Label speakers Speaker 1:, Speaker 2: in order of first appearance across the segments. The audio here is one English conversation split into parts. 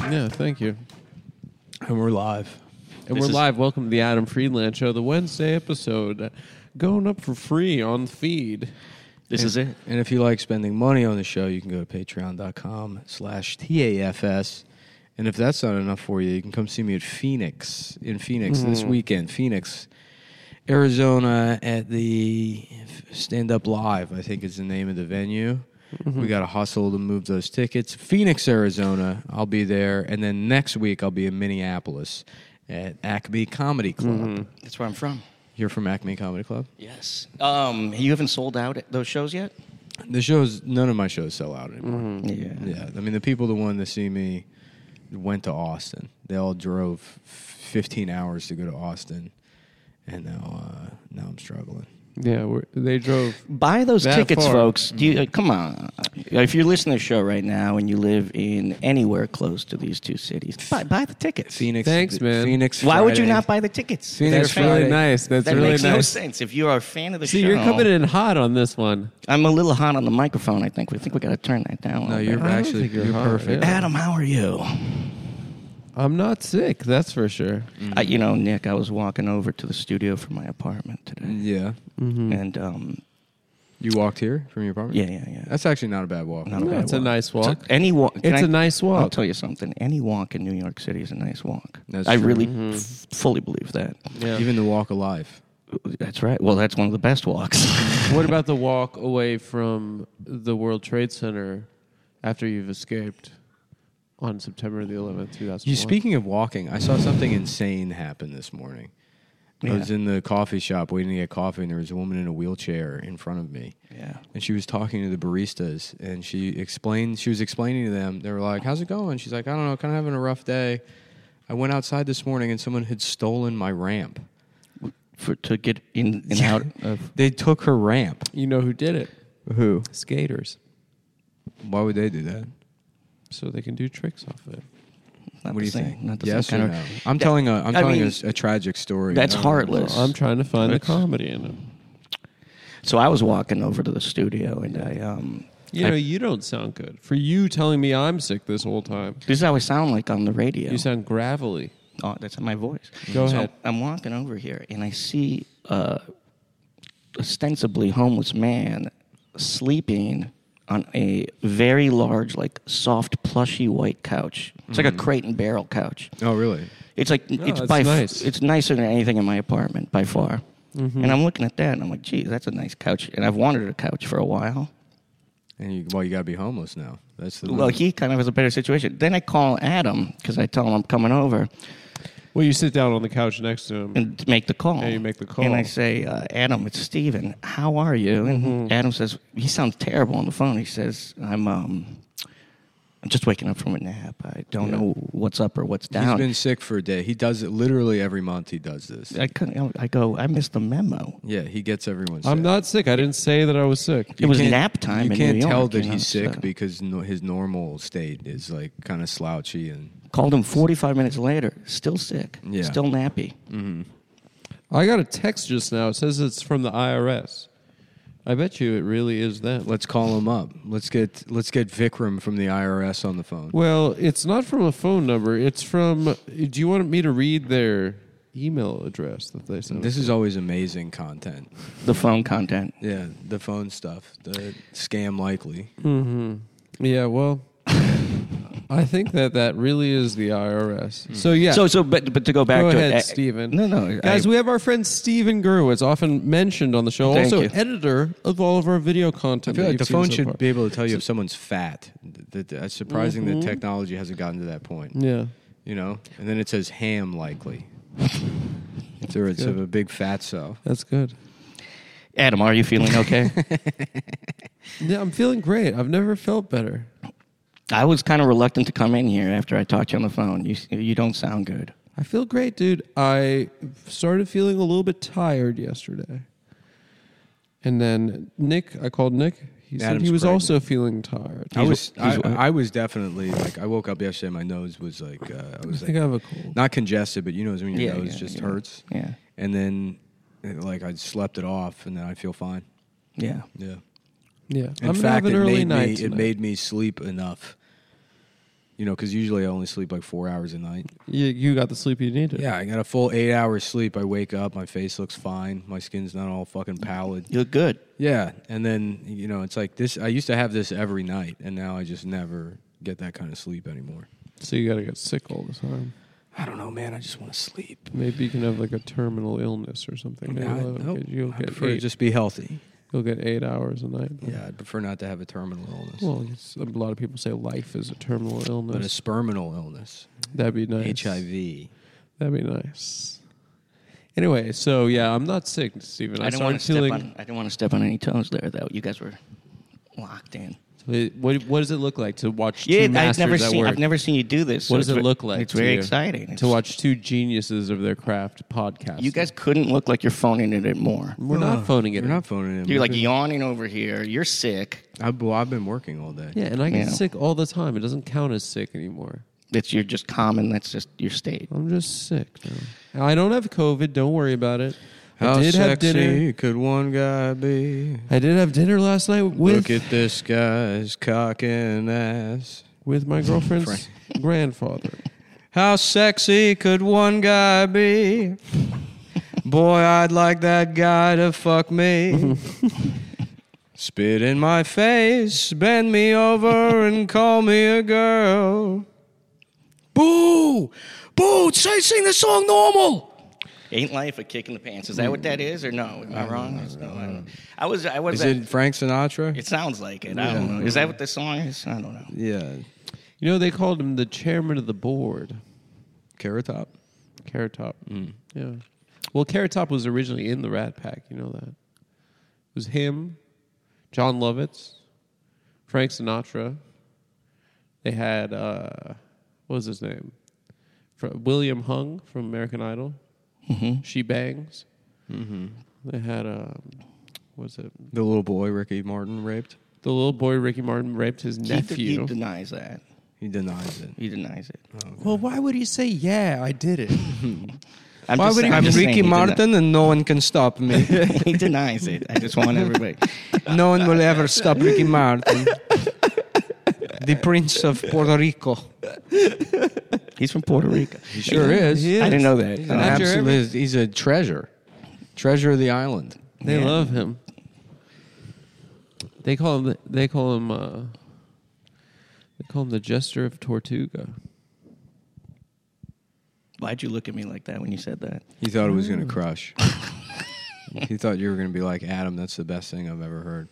Speaker 1: Yeah, thank you.
Speaker 2: And we're live.
Speaker 1: And
Speaker 3: This
Speaker 1: we're
Speaker 3: is-
Speaker 1: live. Welcome to the Adam Friedland Show, the Wednesday episode, going up for free on feed.
Speaker 3: This is it.
Speaker 2: And if you like spending money on the show, you can go to patreon.com slash TAFS. And if that's not enough for you, you can come see me at Phoenix, in Phoenix this weekend. Phoenix, Arizona at the Stand Up Live, I think is the name of the venue. We got to hustle to move those tickets. Phoenix, Arizona, I'll be there. And then next week, I'll be in Minneapolis at Acme Comedy Club.
Speaker 3: That's where I'm from.
Speaker 2: You're from Acme Comedy Club?
Speaker 3: Yes. Um, you haven't sold out at those shows yet?
Speaker 2: The shows, none of my shows sell out anymore.
Speaker 3: Yeah.
Speaker 2: Yeah, I mean the people that wanted to see me went to Austin. They all drove 15 hours to go to Austin, and now uh, now I'm struggling.
Speaker 1: Yeah, we're, they drove.
Speaker 3: Buy those
Speaker 1: That
Speaker 3: tickets,
Speaker 1: far.
Speaker 3: folks. Do you, uh, come on. If you're listening to the show right now and you live in anywhere close to these two cities, buy, buy the tickets.
Speaker 2: Phoenix,
Speaker 1: Thanks, man.
Speaker 2: Phoenix.
Speaker 3: Why would you
Speaker 2: Friday.
Speaker 3: not buy the tickets?
Speaker 2: Phoenix
Speaker 1: That's really
Speaker 2: Friday.
Speaker 1: nice. That's
Speaker 3: that
Speaker 1: really
Speaker 3: makes no
Speaker 1: nice.
Speaker 3: sense. If you are a fan of the
Speaker 1: See,
Speaker 3: show,
Speaker 1: you're coming in hot on this one.
Speaker 3: I'm a little hot on the microphone. I think we think we got to turn that down. a
Speaker 2: No,
Speaker 3: little
Speaker 2: you're
Speaker 3: bit.
Speaker 1: don't
Speaker 2: actually
Speaker 1: think you're
Speaker 2: you're,
Speaker 1: hot,
Speaker 2: perfect.
Speaker 1: yeah.
Speaker 3: Adam. How are you?
Speaker 1: I'm not sick, that's for sure.
Speaker 3: Uh, you know, Nick, I was walking over to the studio from my apartment today,
Speaker 1: Mm-hmm.
Speaker 2: Yeah,
Speaker 3: and um,
Speaker 2: you walked here from your apartment.
Speaker 3: yeah, yeah, yeah.
Speaker 2: that's actually not a bad walk.
Speaker 3: Not a
Speaker 1: Yeah,
Speaker 3: bad
Speaker 1: it's a
Speaker 3: walk.
Speaker 1: nice walk.
Speaker 3: It's a, any walk. can
Speaker 1: It's
Speaker 3: I-
Speaker 1: a nice walk.
Speaker 3: I'll tell you something. Any walk in New York City is a nice walk.
Speaker 2: That's
Speaker 3: I
Speaker 2: true.
Speaker 3: really f- fully believe that.
Speaker 1: Yeah.
Speaker 2: Even the walk alive.
Speaker 3: That's right. Well, that's one of the best walks.
Speaker 1: what about the walk away from the World Trade Center after you've escaped on September the 11th, 2001?
Speaker 2: You speaking of walking, I saw something insane happen this morning.
Speaker 3: Yeah.
Speaker 2: I was in the coffee shop waiting to get coffee, and there was a woman in a wheelchair in front of me.
Speaker 3: yeah.
Speaker 2: and she was talking to the baristas and she explained she was explaining to them they were like how's it going she's like i don't know kind of having a rough day i went outside this morning and someone had stolen my ramp
Speaker 3: For to get in and out of.
Speaker 2: they took her ramp
Speaker 1: You know who did it?
Speaker 2: who
Speaker 1: Skaters.
Speaker 2: why would they do that
Speaker 1: So they can do tricks off it.
Speaker 2: what
Speaker 3: Not the
Speaker 2: do you
Speaker 3: same-
Speaker 2: think
Speaker 3: Not the
Speaker 2: yes
Speaker 3: same
Speaker 2: or
Speaker 3: kind
Speaker 2: no
Speaker 3: of.
Speaker 2: i'm telling a i'm
Speaker 3: I
Speaker 2: telling
Speaker 3: mean,
Speaker 2: a s- a, tragic story
Speaker 3: that's
Speaker 2: No,
Speaker 3: heartless.
Speaker 1: I'm trying to find the
Speaker 3: Tricks.
Speaker 1: comedy in it.
Speaker 3: So I was walking over to the studio, and I um.
Speaker 1: You know, you don't sound good. For you telling me I'm sick this whole time,
Speaker 3: This is how I sound like on the radio.
Speaker 1: you sound gravelly.
Speaker 3: Oh, that's my voice.
Speaker 1: Go
Speaker 3: So
Speaker 1: ahead.
Speaker 3: I'm walking over here and I see a ostensibly homeless man sleeping on a very large, like soft, plushy white couch. It's like a crate and barrel couch.
Speaker 2: oh really
Speaker 3: It's like it's
Speaker 1: Mm-hmm. that's
Speaker 3: by f-
Speaker 1: nice. Mm-hmm.
Speaker 3: it's nicer than anything in my apartment by far. And I'm looking at that and I'm like, geez, that's a nice couch. And I've wanted a couch for a while.
Speaker 2: and you, well you got to be homeless now that's
Speaker 1: Mm-hmm.
Speaker 2: the
Speaker 3: Well, he kind of has a better situation. Then I call Adam because I tell him I'm coming over.
Speaker 1: Well, you sit down on the couch next to him.
Speaker 3: and to make the call.
Speaker 1: Yeah, you make the call.
Speaker 3: And I say, uh, Adam, it's Steven. How are you? And
Speaker 1: Mm-hmm.
Speaker 3: Adam says, he sounds terrible on the phone. He says, I'm, um, I'm just waking up from a nap. I don't know what's up or what's
Speaker 2: he's
Speaker 3: down.
Speaker 2: been sick for a day he does it literally every month he does this
Speaker 3: I, couldn't, I go, I missed the memo.
Speaker 2: yeah he gets everyone sick.
Speaker 1: I'm not sick. I didn't say that I was sick.
Speaker 3: It was
Speaker 2: can't-
Speaker 3: nap time
Speaker 2: You
Speaker 3: in
Speaker 2: can't
Speaker 3: New York,
Speaker 2: tell that
Speaker 3: you know,
Speaker 2: he's sick
Speaker 3: so-
Speaker 2: because no, his normal state is like kind of slouchy and
Speaker 3: Called him 45 minutes later, still sick,
Speaker 2: Yeah.
Speaker 3: still nappy.
Speaker 1: I got a text just now. It says it's from the IRS. I bet you it really is them.
Speaker 2: let's call him up. Let's get let's get Vikram from the IRS on the phone.
Speaker 1: Well, it's not from a phone number. It's from. Do you want me to read their email address that they sent?
Speaker 2: This is always amazing content.
Speaker 3: The phone content.
Speaker 2: Yeah, the phone stuff, the scam likely.
Speaker 1: Yeah, well, I think that that really is the IRS. So yeah.
Speaker 3: So, so, but, but to go back
Speaker 1: Go
Speaker 3: to
Speaker 1: ahead,
Speaker 3: it, I-
Speaker 1: Steven.
Speaker 3: No, no,
Speaker 1: Guys,
Speaker 3: I-
Speaker 1: we have our friend Steven Gurwitz, often mentioned on the show,
Speaker 3: Thank
Speaker 1: also
Speaker 3: you.
Speaker 1: editor of all of our video
Speaker 2: I
Speaker 1: content.
Speaker 2: feel
Speaker 1: that
Speaker 2: like the
Speaker 1: you've seen
Speaker 2: phone
Speaker 1: so
Speaker 2: should
Speaker 1: far.
Speaker 2: be able to tell you if someone's fat. That- That's surprising that technology hasn't gotten to that point.
Speaker 1: Yeah.
Speaker 2: You know, and then it says ham likely. It's a, it's a big fat so.
Speaker 1: That's good.
Speaker 3: Adam, are you feeling okay?
Speaker 1: Yeah, I'm feeling great. I've never felt better.
Speaker 3: I was kind of reluctant to come in here after I talked to you on the phone. You you don't sound good.
Speaker 1: I feel great, dude. I started feeling a little bit tired yesterday. And then Nick, I called Nick. He said
Speaker 2: Adam's
Speaker 1: he was
Speaker 2: pregnant.
Speaker 1: also feeling tired.
Speaker 2: I was I, I was definitely like I woke up yesterday. My nose was like uh, I was
Speaker 1: I think I
Speaker 2: like,
Speaker 1: have a cold.
Speaker 2: not congested, but you know when your
Speaker 3: Yeah,
Speaker 2: nose
Speaker 3: yeah,
Speaker 2: just
Speaker 3: yeah.
Speaker 2: hurts.
Speaker 3: Yeah.
Speaker 2: And then it, like I slept it off, and then I feel fine.
Speaker 3: Yeah.
Speaker 2: Yeah.
Speaker 1: Yeah.
Speaker 2: In
Speaker 1: I'm gonna
Speaker 2: fact,
Speaker 1: have an
Speaker 2: it
Speaker 1: early
Speaker 2: made
Speaker 1: night.
Speaker 2: me it
Speaker 1: tonight.
Speaker 2: made me sleep enough. You know, because usually I only sleep like four hours a night.
Speaker 1: You, you got the sleep you needed.
Speaker 2: Yeah, I got a full eight hours sleep. I wake up, my face looks fine, my skin's not all fucking pallid.
Speaker 3: You look good.
Speaker 2: Yeah, and then you know, it's like this. I used to have this every night, and now I just never get that kind of sleep anymore.
Speaker 1: So you got to get sick all the time.
Speaker 2: I don't know, man. I just want to sleep.
Speaker 1: Maybe you can have like a terminal illness or something. Maybe
Speaker 2: I,
Speaker 1: that'll
Speaker 2: nope.
Speaker 1: get- you'll
Speaker 2: I
Speaker 1: get
Speaker 2: prefer to
Speaker 1: eight.
Speaker 2: just be healthy.
Speaker 1: you'll get eight hours a night.
Speaker 2: Yeah, I'd prefer not to have a terminal illness,
Speaker 1: Well, it's, a lot of people say life is a terminal
Speaker 2: but a
Speaker 1: illness.
Speaker 2: sperminal illness,
Speaker 1: That'd be nice.
Speaker 2: HIV.
Speaker 1: That'd be nice. Anyway, so yeah, I'm not sick, Stephen.
Speaker 3: I,
Speaker 1: I,
Speaker 3: didn't
Speaker 1: started
Speaker 3: want to step
Speaker 1: feeling.
Speaker 3: on. I didn't want to step on any toes there, though. You guys were locked in.
Speaker 1: Wait, What, what does it look like to watch
Speaker 3: Yeah,
Speaker 1: two
Speaker 3: I've
Speaker 1: masters
Speaker 3: never
Speaker 1: at
Speaker 3: seen.
Speaker 1: work?
Speaker 3: I've never seen you do this. so
Speaker 1: what does
Speaker 3: it's
Speaker 1: it
Speaker 3: ve-
Speaker 1: look like?
Speaker 3: It's
Speaker 1: to
Speaker 3: very
Speaker 1: you
Speaker 3: exciting
Speaker 1: to watch two geniuses of their craft podcast.
Speaker 3: You guys couldn't look like you're phoning it in more.
Speaker 1: we're not phoning it.
Speaker 2: You're
Speaker 1: in.
Speaker 2: not phoning in.
Speaker 3: You're like yawning over here. You're sick.
Speaker 2: I've, well, I've been working all day.
Speaker 1: Yeah, and I get
Speaker 3: Yeah.
Speaker 1: sick all the time. It doesn't count as sick anymore.
Speaker 3: That's you're just common. That's just your state.
Speaker 1: I'm just sick. Now. I don't have COVID. Don't worry about it.
Speaker 2: How
Speaker 1: I did
Speaker 2: sexy
Speaker 1: have dinner.
Speaker 2: could one guy be?
Speaker 1: I did have dinner last night with
Speaker 2: Look at this guy's cock and ass.
Speaker 1: with my girlfriend's grandfather.
Speaker 2: How sexy could one guy be? Boy, I'd like that guy to fuck me. Spit in my face, bend me over, and call me a girl. Boo! Boo! Say, sing the song normal!
Speaker 3: Ain't life a kick in the pants? Is that what that is, or no? Am
Speaker 1: Mm-hmm.
Speaker 3: I wrong? It's- no, I, don't know. I was. I was.
Speaker 2: Is
Speaker 3: at-
Speaker 2: it Frank Sinatra?
Speaker 3: it sounds like it. I don't know. Is that what the song is? I don't know.
Speaker 2: yeah.
Speaker 1: You know they called him the chairman of the board.
Speaker 2: Carrot Top?
Speaker 1: Carrot Top. Yeah. Well, Carrot Top was originally in the Rat Pack. You know that. It was him, John Lovitz, Frank Sinatra. They had uh, what was his name? Fr- William Hung from American Idol. She bangs. Mm-hmm. They had um, what was it
Speaker 2: The little boy Ricky Martin raped?
Speaker 1: the little boy Ricky Martin raped his
Speaker 3: He, he
Speaker 1: nephew?
Speaker 3: denies that.
Speaker 2: He denies it.
Speaker 3: He denies it.
Speaker 1: well, why would he say, "Yeah, I did it"?
Speaker 3: I'm
Speaker 2: Why
Speaker 3: just
Speaker 2: would
Speaker 3: saying-
Speaker 2: I'm
Speaker 3: just saying
Speaker 2: Ricky
Speaker 3: he deni-
Speaker 2: Martin and no one can stop me.
Speaker 3: he denies it. I just want everybody.
Speaker 2: No one will ever stop Ricky Martin. the Prince of Puerto Rico.
Speaker 3: He's from Puerto Rico.
Speaker 2: He sure is.
Speaker 1: He is.
Speaker 3: I didn't know that.
Speaker 2: He's
Speaker 3: Uh,
Speaker 2: an
Speaker 1: Not your
Speaker 2: absolute- he's a treasure. Treasure of the island.
Speaker 1: They
Speaker 3: Yeah.
Speaker 1: love him. They call him. the- They call him. Uh, they call him the Jester of Tortuga.
Speaker 3: Why'd you look at me like that when you said that?
Speaker 2: He thought it was going to crush. he thought you were going to be like, Adam, that's the best thing I've ever heard.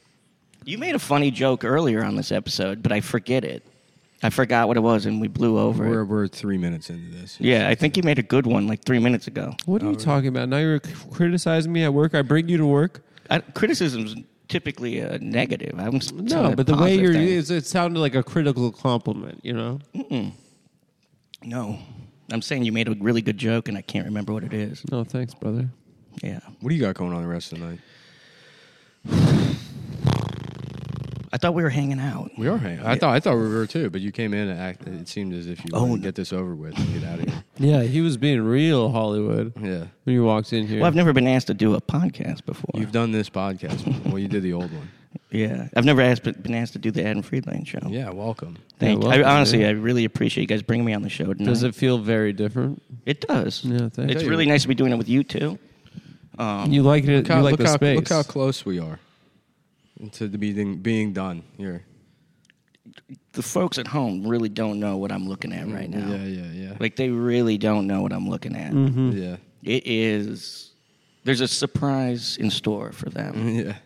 Speaker 3: You made a funny joke earlier on this episode, but I forget it. I forgot what it was, and we blew over.
Speaker 2: We're,
Speaker 3: it.
Speaker 2: we're three minutes into this.
Speaker 3: Yeah, I think you made a good one like three minutes ago.
Speaker 1: What are you talking about? Now you're criticizing me at work. I bring you to work.
Speaker 3: I, criticism's typically a negative. I'm s- telling
Speaker 1: No, but the way
Speaker 3: positive
Speaker 1: you're,
Speaker 3: thing.
Speaker 1: it's, it sounded like a critical compliment. You know,
Speaker 3: no, I'm saying you made a really good joke, and I can't remember what it is.
Speaker 1: no thanks, brother.
Speaker 3: Yeah,
Speaker 2: What do you got going on the rest of the night?
Speaker 3: I thought we were hanging out.
Speaker 2: We are hanging. I thought I thought we were too, but you came in and act, it seemed as if you
Speaker 3: Oh,
Speaker 2: oh,
Speaker 3: no.
Speaker 2: get this over with and get out of here.
Speaker 1: Yeah, he was being real Hollywood
Speaker 2: Yeah.
Speaker 1: when you walked in here.
Speaker 3: Well, I've never been asked to do a podcast before.
Speaker 2: You've done this podcast. before. well, you did the old one.
Speaker 3: yeah, I've never asked, been asked to do the Adam Friedland show.
Speaker 2: Yeah, welcome.
Speaker 1: Yeah,
Speaker 3: Thank you.
Speaker 1: welcome,
Speaker 3: I, honestly,
Speaker 1: dude.
Speaker 3: I really appreciate you guys bringing me on the show. Tonight.
Speaker 1: Does it feel very different?
Speaker 3: It does.
Speaker 1: Yeah, thank
Speaker 3: it's
Speaker 2: you.
Speaker 3: really nice to be doing it with you too. Um,
Speaker 1: You like it?
Speaker 2: Look how,
Speaker 1: you like
Speaker 2: look
Speaker 1: the
Speaker 2: how,
Speaker 1: space?
Speaker 2: look how close we are to the being, being done here.
Speaker 3: the folks at home really don't know what I'm looking at
Speaker 1: Mm,
Speaker 3: right now.
Speaker 2: Yeah, yeah, yeah.
Speaker 3: Like they really don't know what I'm looking at.
Speaker 1: Mm-hmm.
Speaker 2: Yeah.
Speaker 3: It is there's a surprise in store for them.
Speaker 2: Yeah.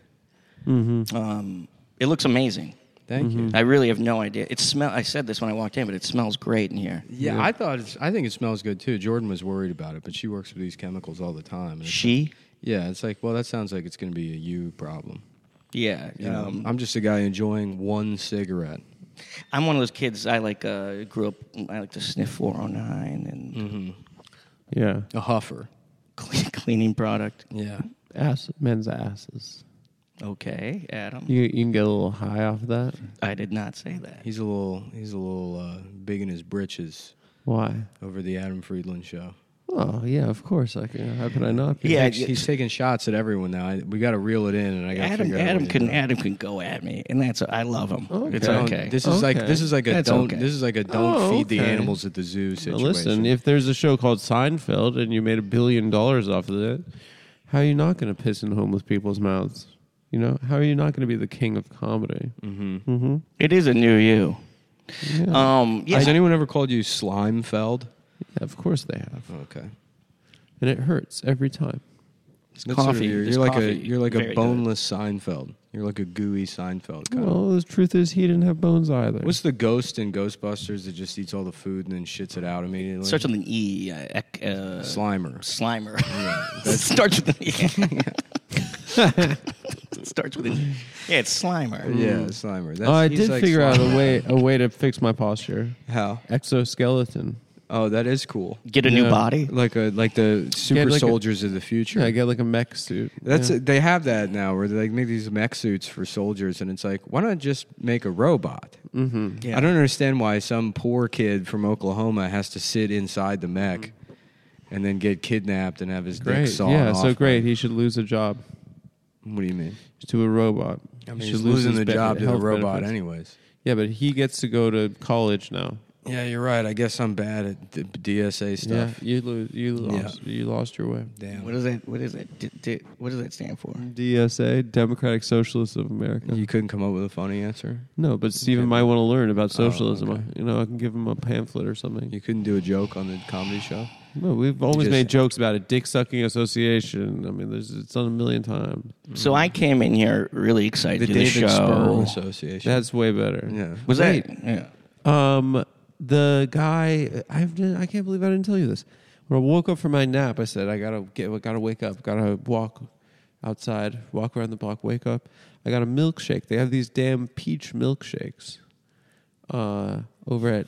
Speaker 1: Mm-hmm.
Speaker 3: Um, it looks amazing.
Speaker 2: Thank you.
Speaker 3: I really have no idea. It smell. I said this when I walked in, but it smells great in here.
Speaker 2: Yeah, I thought it's, I think it smells good too. Jordan was worried about it, but she works with these chemicals all the time. and it's-
Speaker 3: She,
Speaker 2: yeah, it's like, well, that sounds like it's going to be a you problem.
Speaker 3: yeah.
Speaker 2: You know,
Speaker 3: um,
Speaker 2: I'm just a guy enjoying one cigarette.
Speaker 3: I'm one of those kids. I like uh, grew up. I like to sniff 409 and
Speaker 2: Mm.
Speaker 1: yeah,
Speaker 2: A huffer.
Speaker 3: cle- cleaning product.
Speaker 2: Yeah.
Speaker 1: ass, men's asses.
Speaker 3: Okay, Adam.
Speaker 1: You you can get a little high off that.
Speaker 3: I did not say that.
Speaker 2: He's a little he's a little uh, big in his britches
Speaker 1: Why?
Speaker 2: over the Adam Friedland show.
Speaker 1: Oh yeah, of course. I can. How could I not? Be?
Speaker 3: Yeah,
Speaker 2: He's- he's taking shots at everyone now. I, we got to reel it in, and I got to
Speaker 3: Adam,
Speaker 2: figure out.
Speaker 3: Adam
Speaker 2: what to
Speaker 3: can
Speaker 2: do.
Speaker 3: Adam can go at me, and that's I love him.
Speaker 1: Okay.
Speaker 3: It's
Speaker 2: Don't-
Speaker 3: okay.
Speaker 2: This is like
Speaker 1: Okay.
Speaker 2: this is like a
Speaker 3: That's
Speaker 2: don't
Speaker 3: okay.
Speaker 2: this is like a don't
Speaker 1: Oh,
Speaker 2: feed the
Speaker 1: okay.
Speaker 2: animals at the zoo
Speaker 1: Now,
Speaker 2: situation.
Speaker 1: listen, if there's a show called Seinfeld and you made a billion dollars off of it, how are you not going to piss in homeless people's mouths? You know, how are you not going to be the king of comedy?
Speaker 2: Mm-hmm.
Speaker 1: Mm-hmm.
Speaker 3: it is a new you. Um, yeah,
Speaker 2: has anyone ever called you Slimefeld?
Speaker 1: Yeah, of course they have,
Speaker 2: Okay,
Speaker 1: and it hurts every time.
Speaker 2: it's
Speaker 3: coffee.
Speaker 2: You're,
Speaker 3: This
Speaker 2: you're like a
Speaker 3: coffee,
Speaker 2: you're like
Speaker 3: very
Speaker 2: a
Speaker 3: good.
Speaker 2: boneless Seinfeld. You're like a gooey Seinfeld. Kind of.
Speaker 1: Well, the truth is he didn't have bones either.
Speaker 2: What's the ghost in Ghostbusters that just eats all the food and then shits it out immediately?
Speaker 3: starts with an E. Uh, ec- uh,
Speaker 2: Slimer.
Speaker 3: Slimer. starts with an E. starts with an E. Yeah, it's Slimer.
Speaker 2: Yeah, Slimer. That's,
Speaker 1: oh, I
Speaker 2: he's
Speaker 1: did
Speaker 2: like
Speaker 1: figure out
Speaker 2: Slimer.
Speaker 1: a way a way to fix my posture.
Speaker 2: how.
Speaker 1: Exoskeleton.
Speaker 2: Oh, that is cool.
Speaker 3: Get a new
Speaker 1: Yeah.
Speaker 3: body.
Speaker 2: Like a like the super
Speaker 1: like a-
Speaker 2: soldiers of the future.
Speaker 1: Yeah, I got like a mech suit.
Speaker 2: That's
Speaker 1: yeah.
Speaker 2: they have that now where they like make these mech suits for soldiers, and it's like, why not just make a robot? Mm-hmm.
Speaker 3: Yeah.
Speaker 2: I don't understand why some poor kid from Oklahoma has to sit inside the mech and then get kidnapped and have his dick
Speaker 1: great.
Speaker 2: sawn
Speaker 1: Yeah,
Speaker 2: off.
Speaker 1: so great. He should lose a job
Speaker 2: What do you mean?
Speaker 1: to a robot.
Speaker 2: I
Speaker 1: He
Speaker 2: mean,
Speaker 1: should
Speaker 2: he's
Speaker 1: lose
Speaker 2: losing
Speaker 1: his
Speaker 2: the
Speaker 1: be-
Speaker 2: job to the
Speaker 1: health
Speaker 2: robot
Speaker 1: benefits.
Speaker 2: anyways.
Speaker 1: Yeah, but he gets to go to college now.
Speaker 2: Yeah, you're right. I guess I'm bad at the DSA stuff.
Speaker 1: Yeah, you lose. You lost. You lost your way.
Speaker 2: Damn.
Speaker 3: What is that? What is that? D- d- what does that stand for?
Speaker 1: DSA, Democratic Socialists of America.
Speaker 2: You couldn't come up with a funny answer.
Speaker 1: no, but Stephen might want to learn about socialism.
Speaker 2: Oh, okay.
Speaker 1: You know, I can give him a pamphlet or something.
Speaker 2: You couldn't do a joke on the comedy show.
Speaker 1: no, we've always
Speaker 2: Just-
Speaker 1: made jokes about it. Dick sucking association. I mean, there's it's done a million times.
Speaker 3: So I came in here really excited
Speaker 2: The
Speaker 3: to
Speaker 2: David
Speaker 3: the
Speaker 2: Sperm
Speaker 3: show.
Speaker 2: Association.
Speaker 1: That's way better.
Speaker 2: yeah.
Speaker 3: Was that?
Speaker 1: Wait.
Speaker 3: Yeah.
Speaker 1: Um, the guy, I've done- I can't believe I didn't tell you this. When I woke up from my nap, I said, I gotta get, gotta wake up, gotta walk outside, walk around the block, wake up. I got a milkshake. They have these damn peach milkshakes uh, over at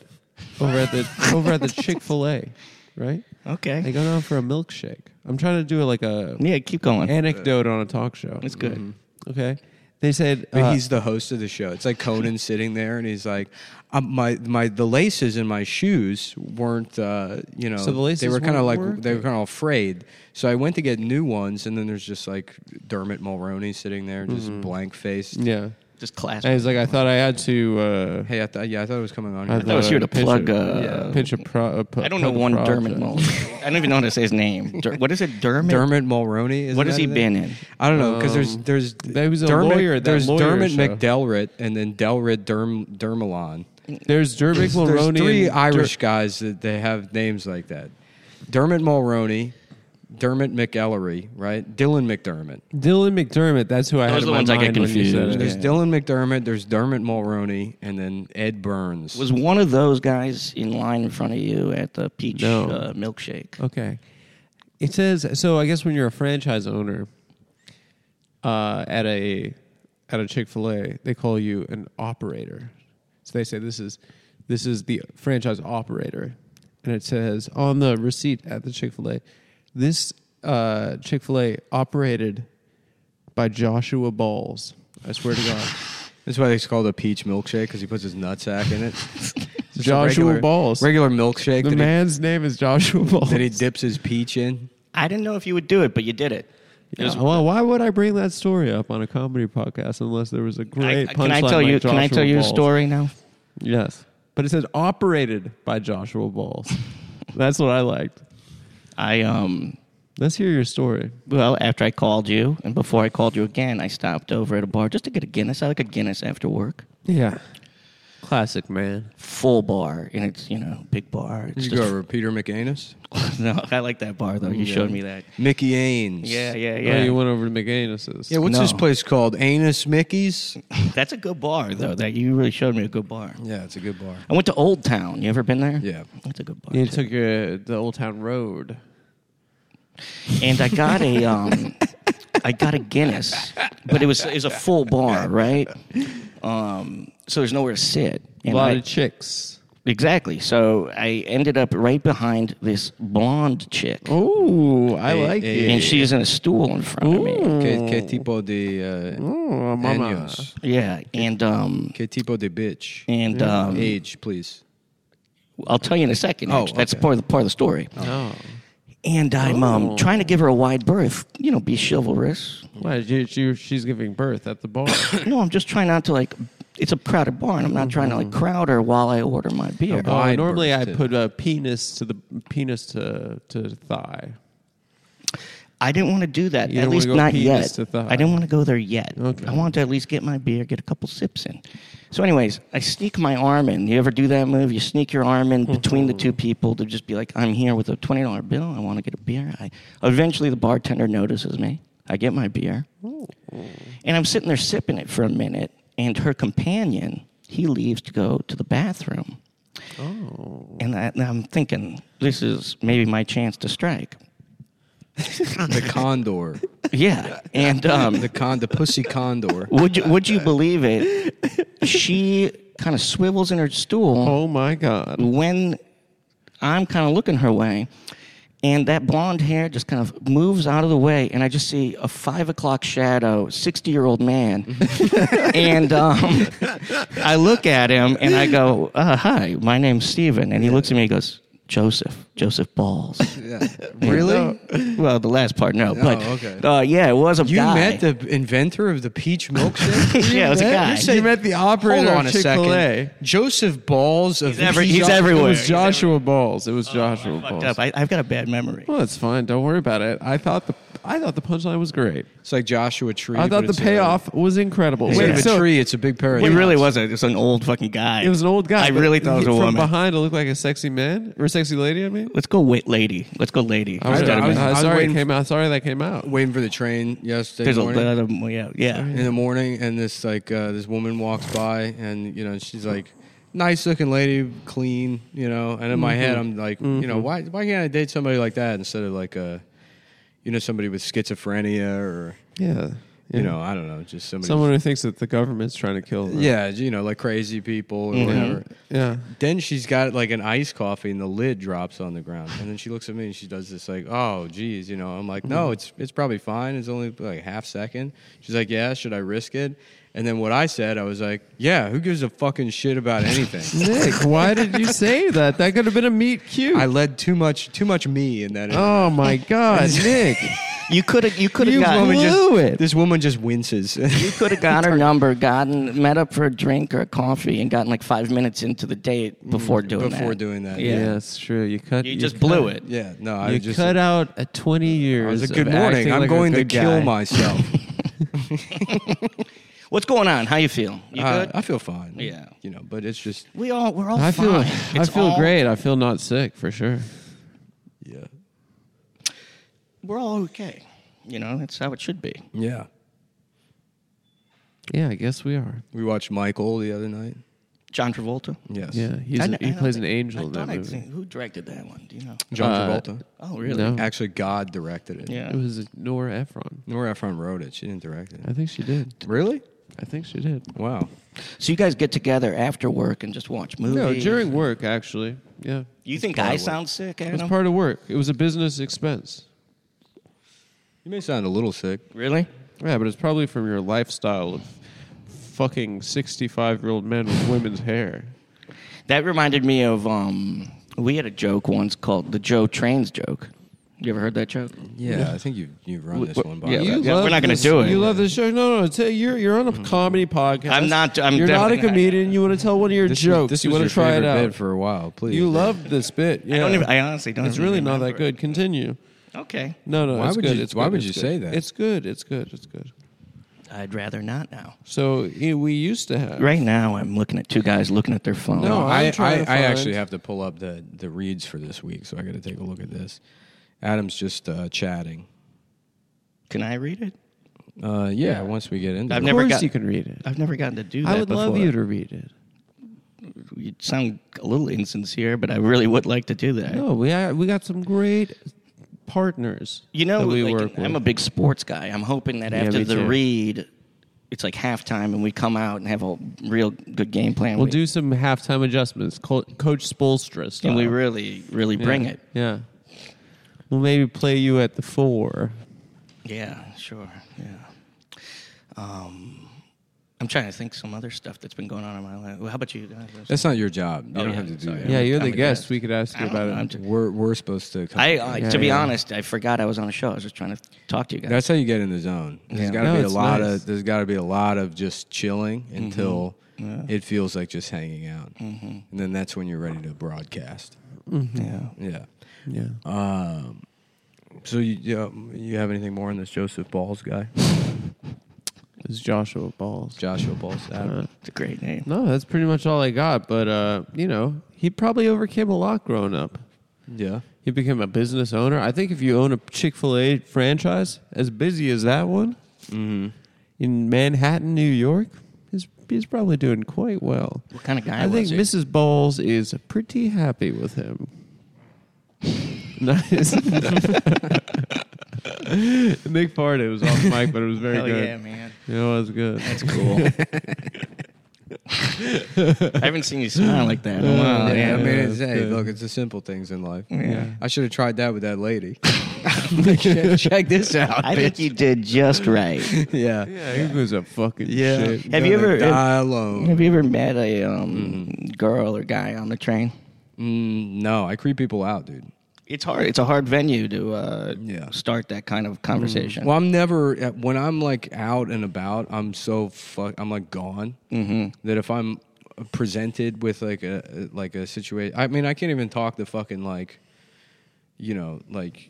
Speaker 1: over at the over at the Chick Fil A, right? I
Speaker 3: Okay.
Speaker 1: go down for a milkshake. I'm trying to do like a
Speaker 3: Yeah, keep going.
Speaker 1: anecdote on a talk show. Mm-hmm.
Speaker 3: it's good.
Speaker 1: Okay, they said
Speaker 2: But
Speaker 1: uh,
Speaker 2: he's the host of the show. It's like Conan sitting there, and he's like, um, "My my the laces in my shoes weren't, uh, you know,
Speaker 1: So the laces
Speaker 2: they were kind
Speaker 1: weren't
Speaker 2: of like
Speaker 1: working.
Speaker 2: they were kind of frayed. So I went to get new ones, and then there's just like Dermot Mulroney sitting there, just
Speaker 1: Mm-hmm.
Speaker 2: blank faced.
Speaker 1: yeah.
Speaker 3: Just class.
Speaker 1: And he's like, I thought I had to. Uh,
Speaker 2: Hey, I th- yeah, I thought it was coming on.
Speaker 1: I
Speaker 2: Here.
Speaker 3: thought it was here to
Speaker 1: Pitch
Speaker 3: plug,
Speaker 1: a-
Speaker 3: uh,
Speaker 1: pitch a pro. a pro-
Speaker 3: I don't know
Speaker 1: plug a
Speaker 3: one
Speaker 1: project.
Speaker 3: Dermot Mulroney. I don't even know how to say his name. Der- what is it, Dermot?
Speaker 2: Dermot Mulroney. Isn't
Speaker 3: What has
Speaker 2: that
Speaker 3: he
Speaker 2: his
Speaker 3: been
Speaker 2: name?
Speaker 3: in?
Speaker 2: I don't know because
Speaker 1: Um,
Speaker 2: there's there's
Speaker 1: he was a lawyer at that
Speaker 2: there's
Speaker 1: lawyer
Speaker 2: Dermot
Speaker 1: show.
Speaker 2: McDelrit and then Delrit Derm Dermalon.
Speaker 1: There's Dermot
Speaker 2: There's
Speaker 1: Mulroney.
Speaker 2: three
Speaker 1: and
Speaker 2: Irish guys that they have names like that. Dermot Mulroney, Dermot McEllery, right? Dylan McDermott.
Speaker 1: Der- Dylan McDermott. That's who I had
Speaker 3: Those are
Speaker 1: in
Speaker 3: the
Speaker 1: my
Speaker 3: ones I get
Speaker 1: mind when you said
Speaker 3: confused.
Speaker 1: it.
Speaker 2: There's
Speaker 3: Yeah.
Speaker 2: Dylan McDermott, there's Dermot Mulroney, and then Ed Burns.
Speaker 3: Was one of those guys in line in front of you at the peach
Speaker 1: No.
Speaker 3: uh, milkshake?
Speaker 1: Okay. It says so. I guess when you're a franchise owner uh, at a at a Chick Fil A, they call you an operator. So they say this is this is the franchise operator, and it says on the receipt at the Chick Fil A, this uh, Chick Fil A operated by Joshua Balls. I swear to God,
Speaker 2: That's why it's called a peach milkshake because he puts his nutsack in it. It's just a
Speaker 1: Joshua
Speaker 2: regular-
Speaker 1: Balls.
Speaker 2: Regular milkshake
Speaker 1: the
Speaker 2: that,
Speaker 1: man's name is Joshua Balls.
Speaker 2: he, that he dips his peach in.
Speaker 3: I didn't know if you would do it, but you did it. It was-
Speaker 1: Yeah, well, why would I bring that story up on a comedy podcast unless there was a
Speaker 3: I,
Speaker 1: great punchline?
Speaker 3: can I tell
Speaker 1: like
Speaker 3: you? Can I
Speaker 1: Joshua
Speaker 3: tell you a
Speaker 1: Balls?
Speaker 3: story now?
Speaker 1: Yes, but it says operated by Joshua Balls. That's what I liked.
Speaker 3: I um.
Speaker 1: Let's hear your story.
Speaker 3: Well, after I called you, and before I called you again, I stopped over at a bar just to get a Guinness. I like a Guinness after work,
Speaker 1: Yeah, classic man.
Speaker 3: full bar, and it's you know big bar. It's
Speaker 2: Did you
Speaker 3: just-
Speaker 2: go over Peter McAnus?
Speaker 3: no, I like that bar though. You showed me that.
Speaker 2: Mickey Ains.
Speaker 3: Yeah, yeah,
Speaker 1: Yeah,
Speaker 3: yeah.
Speaker 1: you went over to McAnus's.
Speaker 2: Yeah, what's
Speaker 3: No.
Speaker 2: this place called? Anus Mickey's?
Speaker 3: That's a good bar though. That you really showed me a good bar.
Speaker 2: yeah, it's a good bar.
Speaker 3: I went to Old Town. You ever been there?
Speaker 2: Yeah.
Speaker 3: that's a good bar.
Speaker 1: you
Speaker 3: too.
Speaker 1: took your, the Old Town Road.
Speaker 3: and I got a um, I got a Guinness, but it was it was a full bar, right? Um, so there's nowhere to sit.
Speaker 1: A
Speaker 3: And
Speaker 1: lot
Speaker 3: I-
Speaker 1: of chicks.
Speaker 3: exactly. So I ended up right behind this blonde chick,
Speaker 1: Oh, I
Speaker 2: Hey,
Speaker 1: like
Speaker 2: hey,
Speaker 1: it.
Speaker 3: and she's in a stool in front of me.
Speaker 2: Que, que tipo de uh,
Speaker 3: Mm,
Speaker 1: Oh, mama.
Speaker 2: años?
Speaker 3: Yeah, and um,
Speaker 2: Que tipo de bitch?
Speaker 3: and um,
Speaker 2: Age, please.
Speaker 3: I'll tell you in a second.
Speaker 2: Oh,
Speaker 3: actually. that's
Speaker 2: okay.
Speaker 3: part of the part of the story.
Speaker 1: Oh.
Speaker 3: and I'm
Speaker 1: Oh.
Speaker 3: um, trying to give her a wide berth. You know, be chivalrous.
Speaker 1: Why? She, she, she's giving birth at the bar.
Speaker 3: No, I'm just trying not to like. It's a crowded bar, and I'm not trying to like crowd her while I order my beer.
Speaker 2: Oh,
Speaker 1: Uh,
Speaker 2: Wide
Speaker 1: normally,
Speaker 2: berth,
Speaker 1: I
Speaker 2: too.
Speaker 1: put a penis to the penis to to thigh.
Speaker 3: I didn't want to do that.
Speaker 1: You
Speaker 3: at
Speaker 1: don't wanna
Speaker 3: least
Speaker 1: go
Speaker 3: not
Speaker 1: penis
Speaker 3: yet.
Speaker 1: to thigh.
Speaker 3: I didn't want to go there yet.
Speaker 1: Okay.
Speaker 3: I wanted to at least get my beer, get a couple sips in. So, anyways, I sneak my arm in. You ever do that move? You sneak your arm in between the two people to just be like, "I'm here with a twenty dollar bill. I want to get a beer." I eventually the bartender notices me. I get my beer, and I'm sitting there sipping it for a minute. And her companion, he leaves to go to the bathroom.
Speaker 1: Oh,
Speaker 3: And, I, and I'm thinking, this is maybe my chance to strike.
Speaker 2: The condor.
Speaker 3: Yeah, and um,
Speaker 2: the con the pussy condor.
Speaker 3: Would you, would you believe it? She kind of swivels in her stool
Speaker 1: oh my God!
Speaker 3: when I'm kind of looking her way, and that blonde hair just kind of moves out of the way, and I just see a five o'clock shadow, sixty year old man, and um, I look at him and I go, uh, "Hi, my name's Steven. and he looks at me and goes, "Joseph, Joseph Balls."
Speaker 2: Yeah.
Speaker 3: Really? Well, the last part, no, but
Speaker 2: Oh, okay.
Speaker 3: uh, yeah, it was a
Speaker 2: You
Speaker 3: guy.
Speaker 2: met the inventor of the peach milkshake?
Speaker 3: Yeah, it was a
Speaker 2: You
Speaker 3: guy.
Speaker 2: You, said,
Speaker 1: You met the operator
Speaker 2: Hold on
Speaker 1: of
Speaker 2: a second.
Speaker 1: Chick-fil-A.
Speaker 2: Joseph Balls of the
Speaker 3: every-
Speaker 2: peach-
Speaker 3: he's
Speaker 1: It
Speaker 3: everywhere.
Speaker 1: was Joshua Balls. It was Joshua Balls.
Speaker 3: Fucked up. I, I've got a bad memory.
Speaker 1: Well, it's fine. Don't worry about it. I thought the I thought the punchline was great.
Speaker 2: It's like Joshua Tree.
Speaker 1: I
Speaker 2: but
Speaker 1: thought the
Speaker 2: it's uh, a-
Speaker 1: payoff was incredible.
Speaker 2: Instead
Speaker 1: Wait,
Speaker 2: of a
Speaker 1: so
Speaker 2: tree, it's a big paradox.
Speaker 3: He really wasn't. It was an old fucking guy.
Speaker 1: it was an old guy.
Speaker 3: I
Speaker 1: but
Speaker 3: really thought it was a
Speaker 1: from
Speaker 3: woman.
Speaker 1: behind, it looked like a sexy man or a sexy lady. I mean,
Speaker 3: Let's go, wait, lady. Let's go, lady.
Speaker 1: I was,
Speaker 2: I was- I was
Speaker 1: sorry it
Speaker 2: waiting
Speaker 1: came out. Sorry that came out.
Speaker 2: Waiting for the train yesterday
Speaker 3: There's a
Speaker 2: morning.
Speaker 3: lot of yeah, yeah.
Speaker 2: in the morning, and this like uh, this woman walks by, and you know she's like nice looking lady, clean, you know. And in my head,
Speaker 1: Mm-hmm.
Speaker 2: I'm like, you know, why why can't I date somebody like that instead of like a, you know, somebody with schizophrenia or
Speaker 1: Yeah,
Speaker 2: you know, I don't know, just somebody.
Speaker 1: someone who thinks that the government's trying to kill them.
Speaker 2: yeah, you know, like crazy people or
Speaker 1: Mm-hmm.
Speaker 2: whatever.
Speaker 1: yeah.
Speaker 2: Then she's got like an iced coffee, and the lid drops on the ground. And then she looks at me and she does this like, "Oh, geez," you know. I'm like, "No,
Speaker 1: Mm-hmm.
Speaker 2: it's it's probably fine. It's only like a half second. She's like, "Yeah, should I risk it?" And then what I said, I was like, "Yeah, who gives a fucking shit about anything?"
Speaker 1: Nick, why did you say that? That could have been a meet cute.
Speaker 2: I led too much too much me in that.
Speaker 1: oh my God, Nick!
Speaker 3: You could have. You could have
Speaker 1: You
Speaker 3: got.
Speaker 1: woman
Speaker 2: just,
Speaker 1: blew it.
Speaker 2: This woman just winces.
Speaker 3: You could have got her number, gotten met up for a drink or a coffee, and gotten like five minutes into the date before doing that.
Speaker 2: before doing that.
Speaker 1: Yeah,
Speaker 3: Yeah.
Speaker 1: that's true. You cut.
Speaker 3: you just blew
Speaker 1: cut-
Speaker 3: it.
Speaker 2: yeah. No,
Speaker 1: You
Speaker 2: I just.
Speaker 1: cut out a twenty
Speaker 2: I
Speaker 1: years.
Speaker 2: was like,
Speaker 1: of
Speaker 2: "Good morning.
Speaker 1: acting
Speaker 2: I'm
Speaker 1: like a
Speaker 2: going to
Speaker 1: good
Speaker 2: kill
Speaker 1: guy."
Speaker 2: myself."
Speaker 3: What's going on? How you feel? You
Speaker 2: Uh,
Speaker 3: good?
Speaker 2: I feel fine.
Speaker 3: Yeah.
Speaker 2: You know, but it's just
Speaker 3: we all. We're all
Speaker 1: I feel.
Speaker 3: fine.
Speaker 1: I
Speaker 3: It's
Speaker 1: feel
Speaker 3: all-
Speaker 1: great. I feel not sick for sure.
Speaker 2: yeah.
Speaker 3: We're all okay. You know, that's how it should be.
Speaker 2: Yeah.
Speaker 1: Yeah, I guess we are.
Speaker 2: We watched Michael the other night.
Speaker 3: John Travolta.
Speaker 2: Yes.
Speaker 1: Yeah, he's
Speaker 3: I
Speaker 1: a-
Speaker 3: kn- I
Speaker 1: he
Speaker 3: don't
Speaker 1: plays
Speaker 3: think-
Speaker 1: an
Speaker 3: I
Speaker 1: angel in that
Speaker 3: thought I'd
Speaker 1: movie.
Speaker 3: seen- who directed that one? Do you know?
Speaker 2: John
Speaker 1: Uh,
Speaker 2: Travolta.
Speaker 3: Oh, really?
Speaker 1: No.
Speaker 2: Actually, God directed it.
Speaker 3: Yeah.
Speaker 1: It was Nora Ephron.
Speaker 2: Nora Ephron wrote it. She didn't direct
Speaker 1: I
Speaker 2: it.
Speaker 1: think she did.
Speaker 2: Really?
Speaker 1: I think she did.
Speaker 2: Wow.
Speaker 3: So you guys get together after work and just watch movies.
Speaker 1: No, during work actually. Yeah,
Speaker 3: You think I sound sick,
Speaker 1: it was
Speaker 3: Adam?
Speaker 1: part of work. It was a business expense.
Speaker 2: You may sound a little sick.
Speaker 3: really?
Speaker 1: Yeah, but it's probably from your lifestyle of fucking sixty-five-year-old men with women's hair.
Speaker 3: That reminded me of um, we had a joke once called the Joe Trains joke. You ever heard that joke?
Speaker 2: Yeah, I think you you run this
Speaker 3: W-
Speaker 2: one by.
Speaker 3: yeah,
Speaker 2: me.
Speaker 3: You- we're not gonna
Speaker 1: this-
Speaker 3: do it. Mm.
Speaker 1: You love the show? No, no. It's a, you're you're on a comedy podcast.
Speaker 3: I'm not- I'm
Speaker 1: you're not a
Speaker 3: definitely not.
Speaker 1: comedian. You want to tell one of your
Speaker 2: this
Speaker 1: jokes.
Speaker 2: Was, this
Speaker 1: you
Speaker 2: was
Speaker 1: want
Speaker 2: your
Speaker 1: to try it
Speaker 2: favorite
Speaker 1: out.
Speaker 2: bit for a while. Please.
Speaker 1: you loved this bit. Yeah.
Speaker 3: I don't even. I honestly don't.
Speaker 1: it's
Speaker 3: even
Speaker 1: really not that
Speaker 3: remember it.
Speaker 1: good. Continue.
Speaker 3: Okay,
Speaker 1: No, no.
Speaker 2: Why
Speaker 1: it's
Speaker 2: would
Speaker 1: good.
Speaker 2: you-
Speaker 1: It's
Speaker 2: why
Speaker 1: good.
Speaker 2: would
Speaker 1: It's
Speaker 2: you
Speaker 1: good.
Speaker 2: say that?
Speaker 1: It's good. It's good. It's good.
Speaker 3: I'd rather not now.
Speaker 1: So yeah, we used to have.
Speaker 3: Right now, I'm looking at two guys looking at their phone.
Speaker 1: No,
Speaker 2: No, I,
Speaker 1: I'm
Speaker 2: I,
Speaker 1: trying to
Speaker 2: I
Speaker 1: find-
Speaker 2: actually have to pull up the, the reads for this week, so I got to take a look at this. Adam's just uh, chatting.
Speaker 3: can I read it?
Speaker 2: Uh, yeah, once we get into it.
Speaker 3: I've
Speaker 1: Of
Speaker 3: never
Speaker 1: course
Speaker 3: got-
Speaker 1: you can read it.
Speaker 3: I've never gotten to do that.
Speaker 1: I would love
Speaker 3: before.
Speaker 1: you to read it.
Speaker 3: You sound a little insincere, but I really would like to do that.
Speaker 1: No, we are, we got some great partners.
Speaker 3: You know,
Speaker 1: that we
Speaker 3: like,
Speaker 1: work
Speaker 3: I'm a
Speaker 1: with.
Speaker 3: big sports guy. I'm hoping that
Speaker 1: Yeah,
Speaker 3: after
Speaker 1: me
Speaker 3: the
Speaker 1: too.
Speaker 3: read, it's like halftime, and we come out and have a real good game plan.
Speaker 1: We'll
Speaker 3: We-
Speaker 1: do some halftime adjustments, Co- Coach Spolstra style.
Speaker 3: and we really, really
Speaker 1: Yeah.
Speaker 3: bring it.
Speaker 1: Yeah. We'll maybe play you at the four.
Speaker 3: Yeah, sure. Yeah. Um, I'm trying to think some other stuff that's been going on in my life. Well, how about you guys?
Speaker 2: That's not your job. You
Speaker 3: Oh,
Speaker 2: don't
Speaker 3: yeah,
Speaker 2: have to do
Speaker 3: sorry.
Speaker 2: that.
Speaker 1: Yeah, you're
Speaker 3: I'm
Speaker 1: the
Speaker 3: a
Speaker 1: guest.
Speaker 3: guest.
Speaker 1: We could ask you
Speaker 3: I don't know,
Speaker 1: about
Speaker 3: I'm
Speaker 1: it.
Speaker 3: just-
Speaker 2: We're we're supposed to. Come
Speaker 3: I, I
Speaker 1: Yeah,
Speaker 3: to be
Speaker 1: yeah.
Speaker 3: honest, I forgot I was on a show. I was just trying to talk to you guys.
Speaker 2: That's how you get in the zone. There's
Speaker 3: Yeah.
Speaker 2: got to
Speaker 1: No,
Speaker 2: be a
Speaker 1: it's
Speaker 2: lot
Speaker 1: nice.
Speaker 2: of there's got to be a lot of just chilling
Speaker 3: Mm-hmm.
Speaker 2: until it feels like just hanging out,
Speaker 3: Mm-hmm.
Speaker 2: and then that's when you're ready to broadcast.
Speaker 3: yeah.
Speaker 2: Yeah.
Speaker 1: Yeah.
Speaker 2: Um, so you you, know, you have anything more on this Joseph Balls guy,
Speaker 1: It's Joshua Balls.
Speaker 2: Joshua Balls?
Speaker 3: Uh,
Speaker 2: Adam?
Speaker 3: It's a great name.
Speaker 1: No, that's pretty much all I got. But uh, you know, he probably overcame a lot growing up.
Speaker 2: yeah.
Speaker 1: He became a business owner. I think if you own a Chick Fil A franchise as busy as that one
Speaker 2: Mm-hmm.
Speaker 1: in Manhattan, New York, he's he's probably doing quite well.
Speaker 3: What kind of guy
Speaker 1: I
Speaker 3: was
Speaker 1: think
Speaker 3: he?
Speaker 1: Mrs. Balls is pretty happy with him. nice. Nick farted. It was off mic, but it was very
Speaker 3: Hell
Speaker 1: good.
Speaker 3: yeah, man.
Speaker 1: You know, it was good.
Speaker 3: That's cool. I haven't seen you smile like that in a while.
Speaker 2: yeah,
Speaker 3: Uh, yeah. Mm.
Speaker 2: I mean,
Speaker 1: yeah,
Speaker 2: it's,
Speaker 1: that's
Speaker 2: hey,
Speaker 1: good.
Speaker 2: look, it's the simple things in life.
Speaker 3: Yeah.
Speaker 2: I should have tried that with that lady. check, check this out.
Speaker 3: I think
Speaker 2: bitch.
Speaker 3: you did just right.
Speaker 2: Yeah.
Speaker 1: Yeah, he was a fucking shit.
Speaker 3: Have you
Speaker 2: Gonna
Speaker 3: ever-
Speaker 2: die alone?
Speaker 3: Have you ever met a um, girl or guy on the train?
Speaker 2: Mm, no, I creep people out, dude.
Speaker 3: It's hard. It's a hard venue to uh,
Speaker 2: Yeah.
Speaker 3: start that kind of conversation.
Speaker 2: Well, I'm never when I'm like out and about. I'm so fuck. I'm like gone that if I'm presented with like a like a situation. I mean, I can't even talk to fucking like, you know, like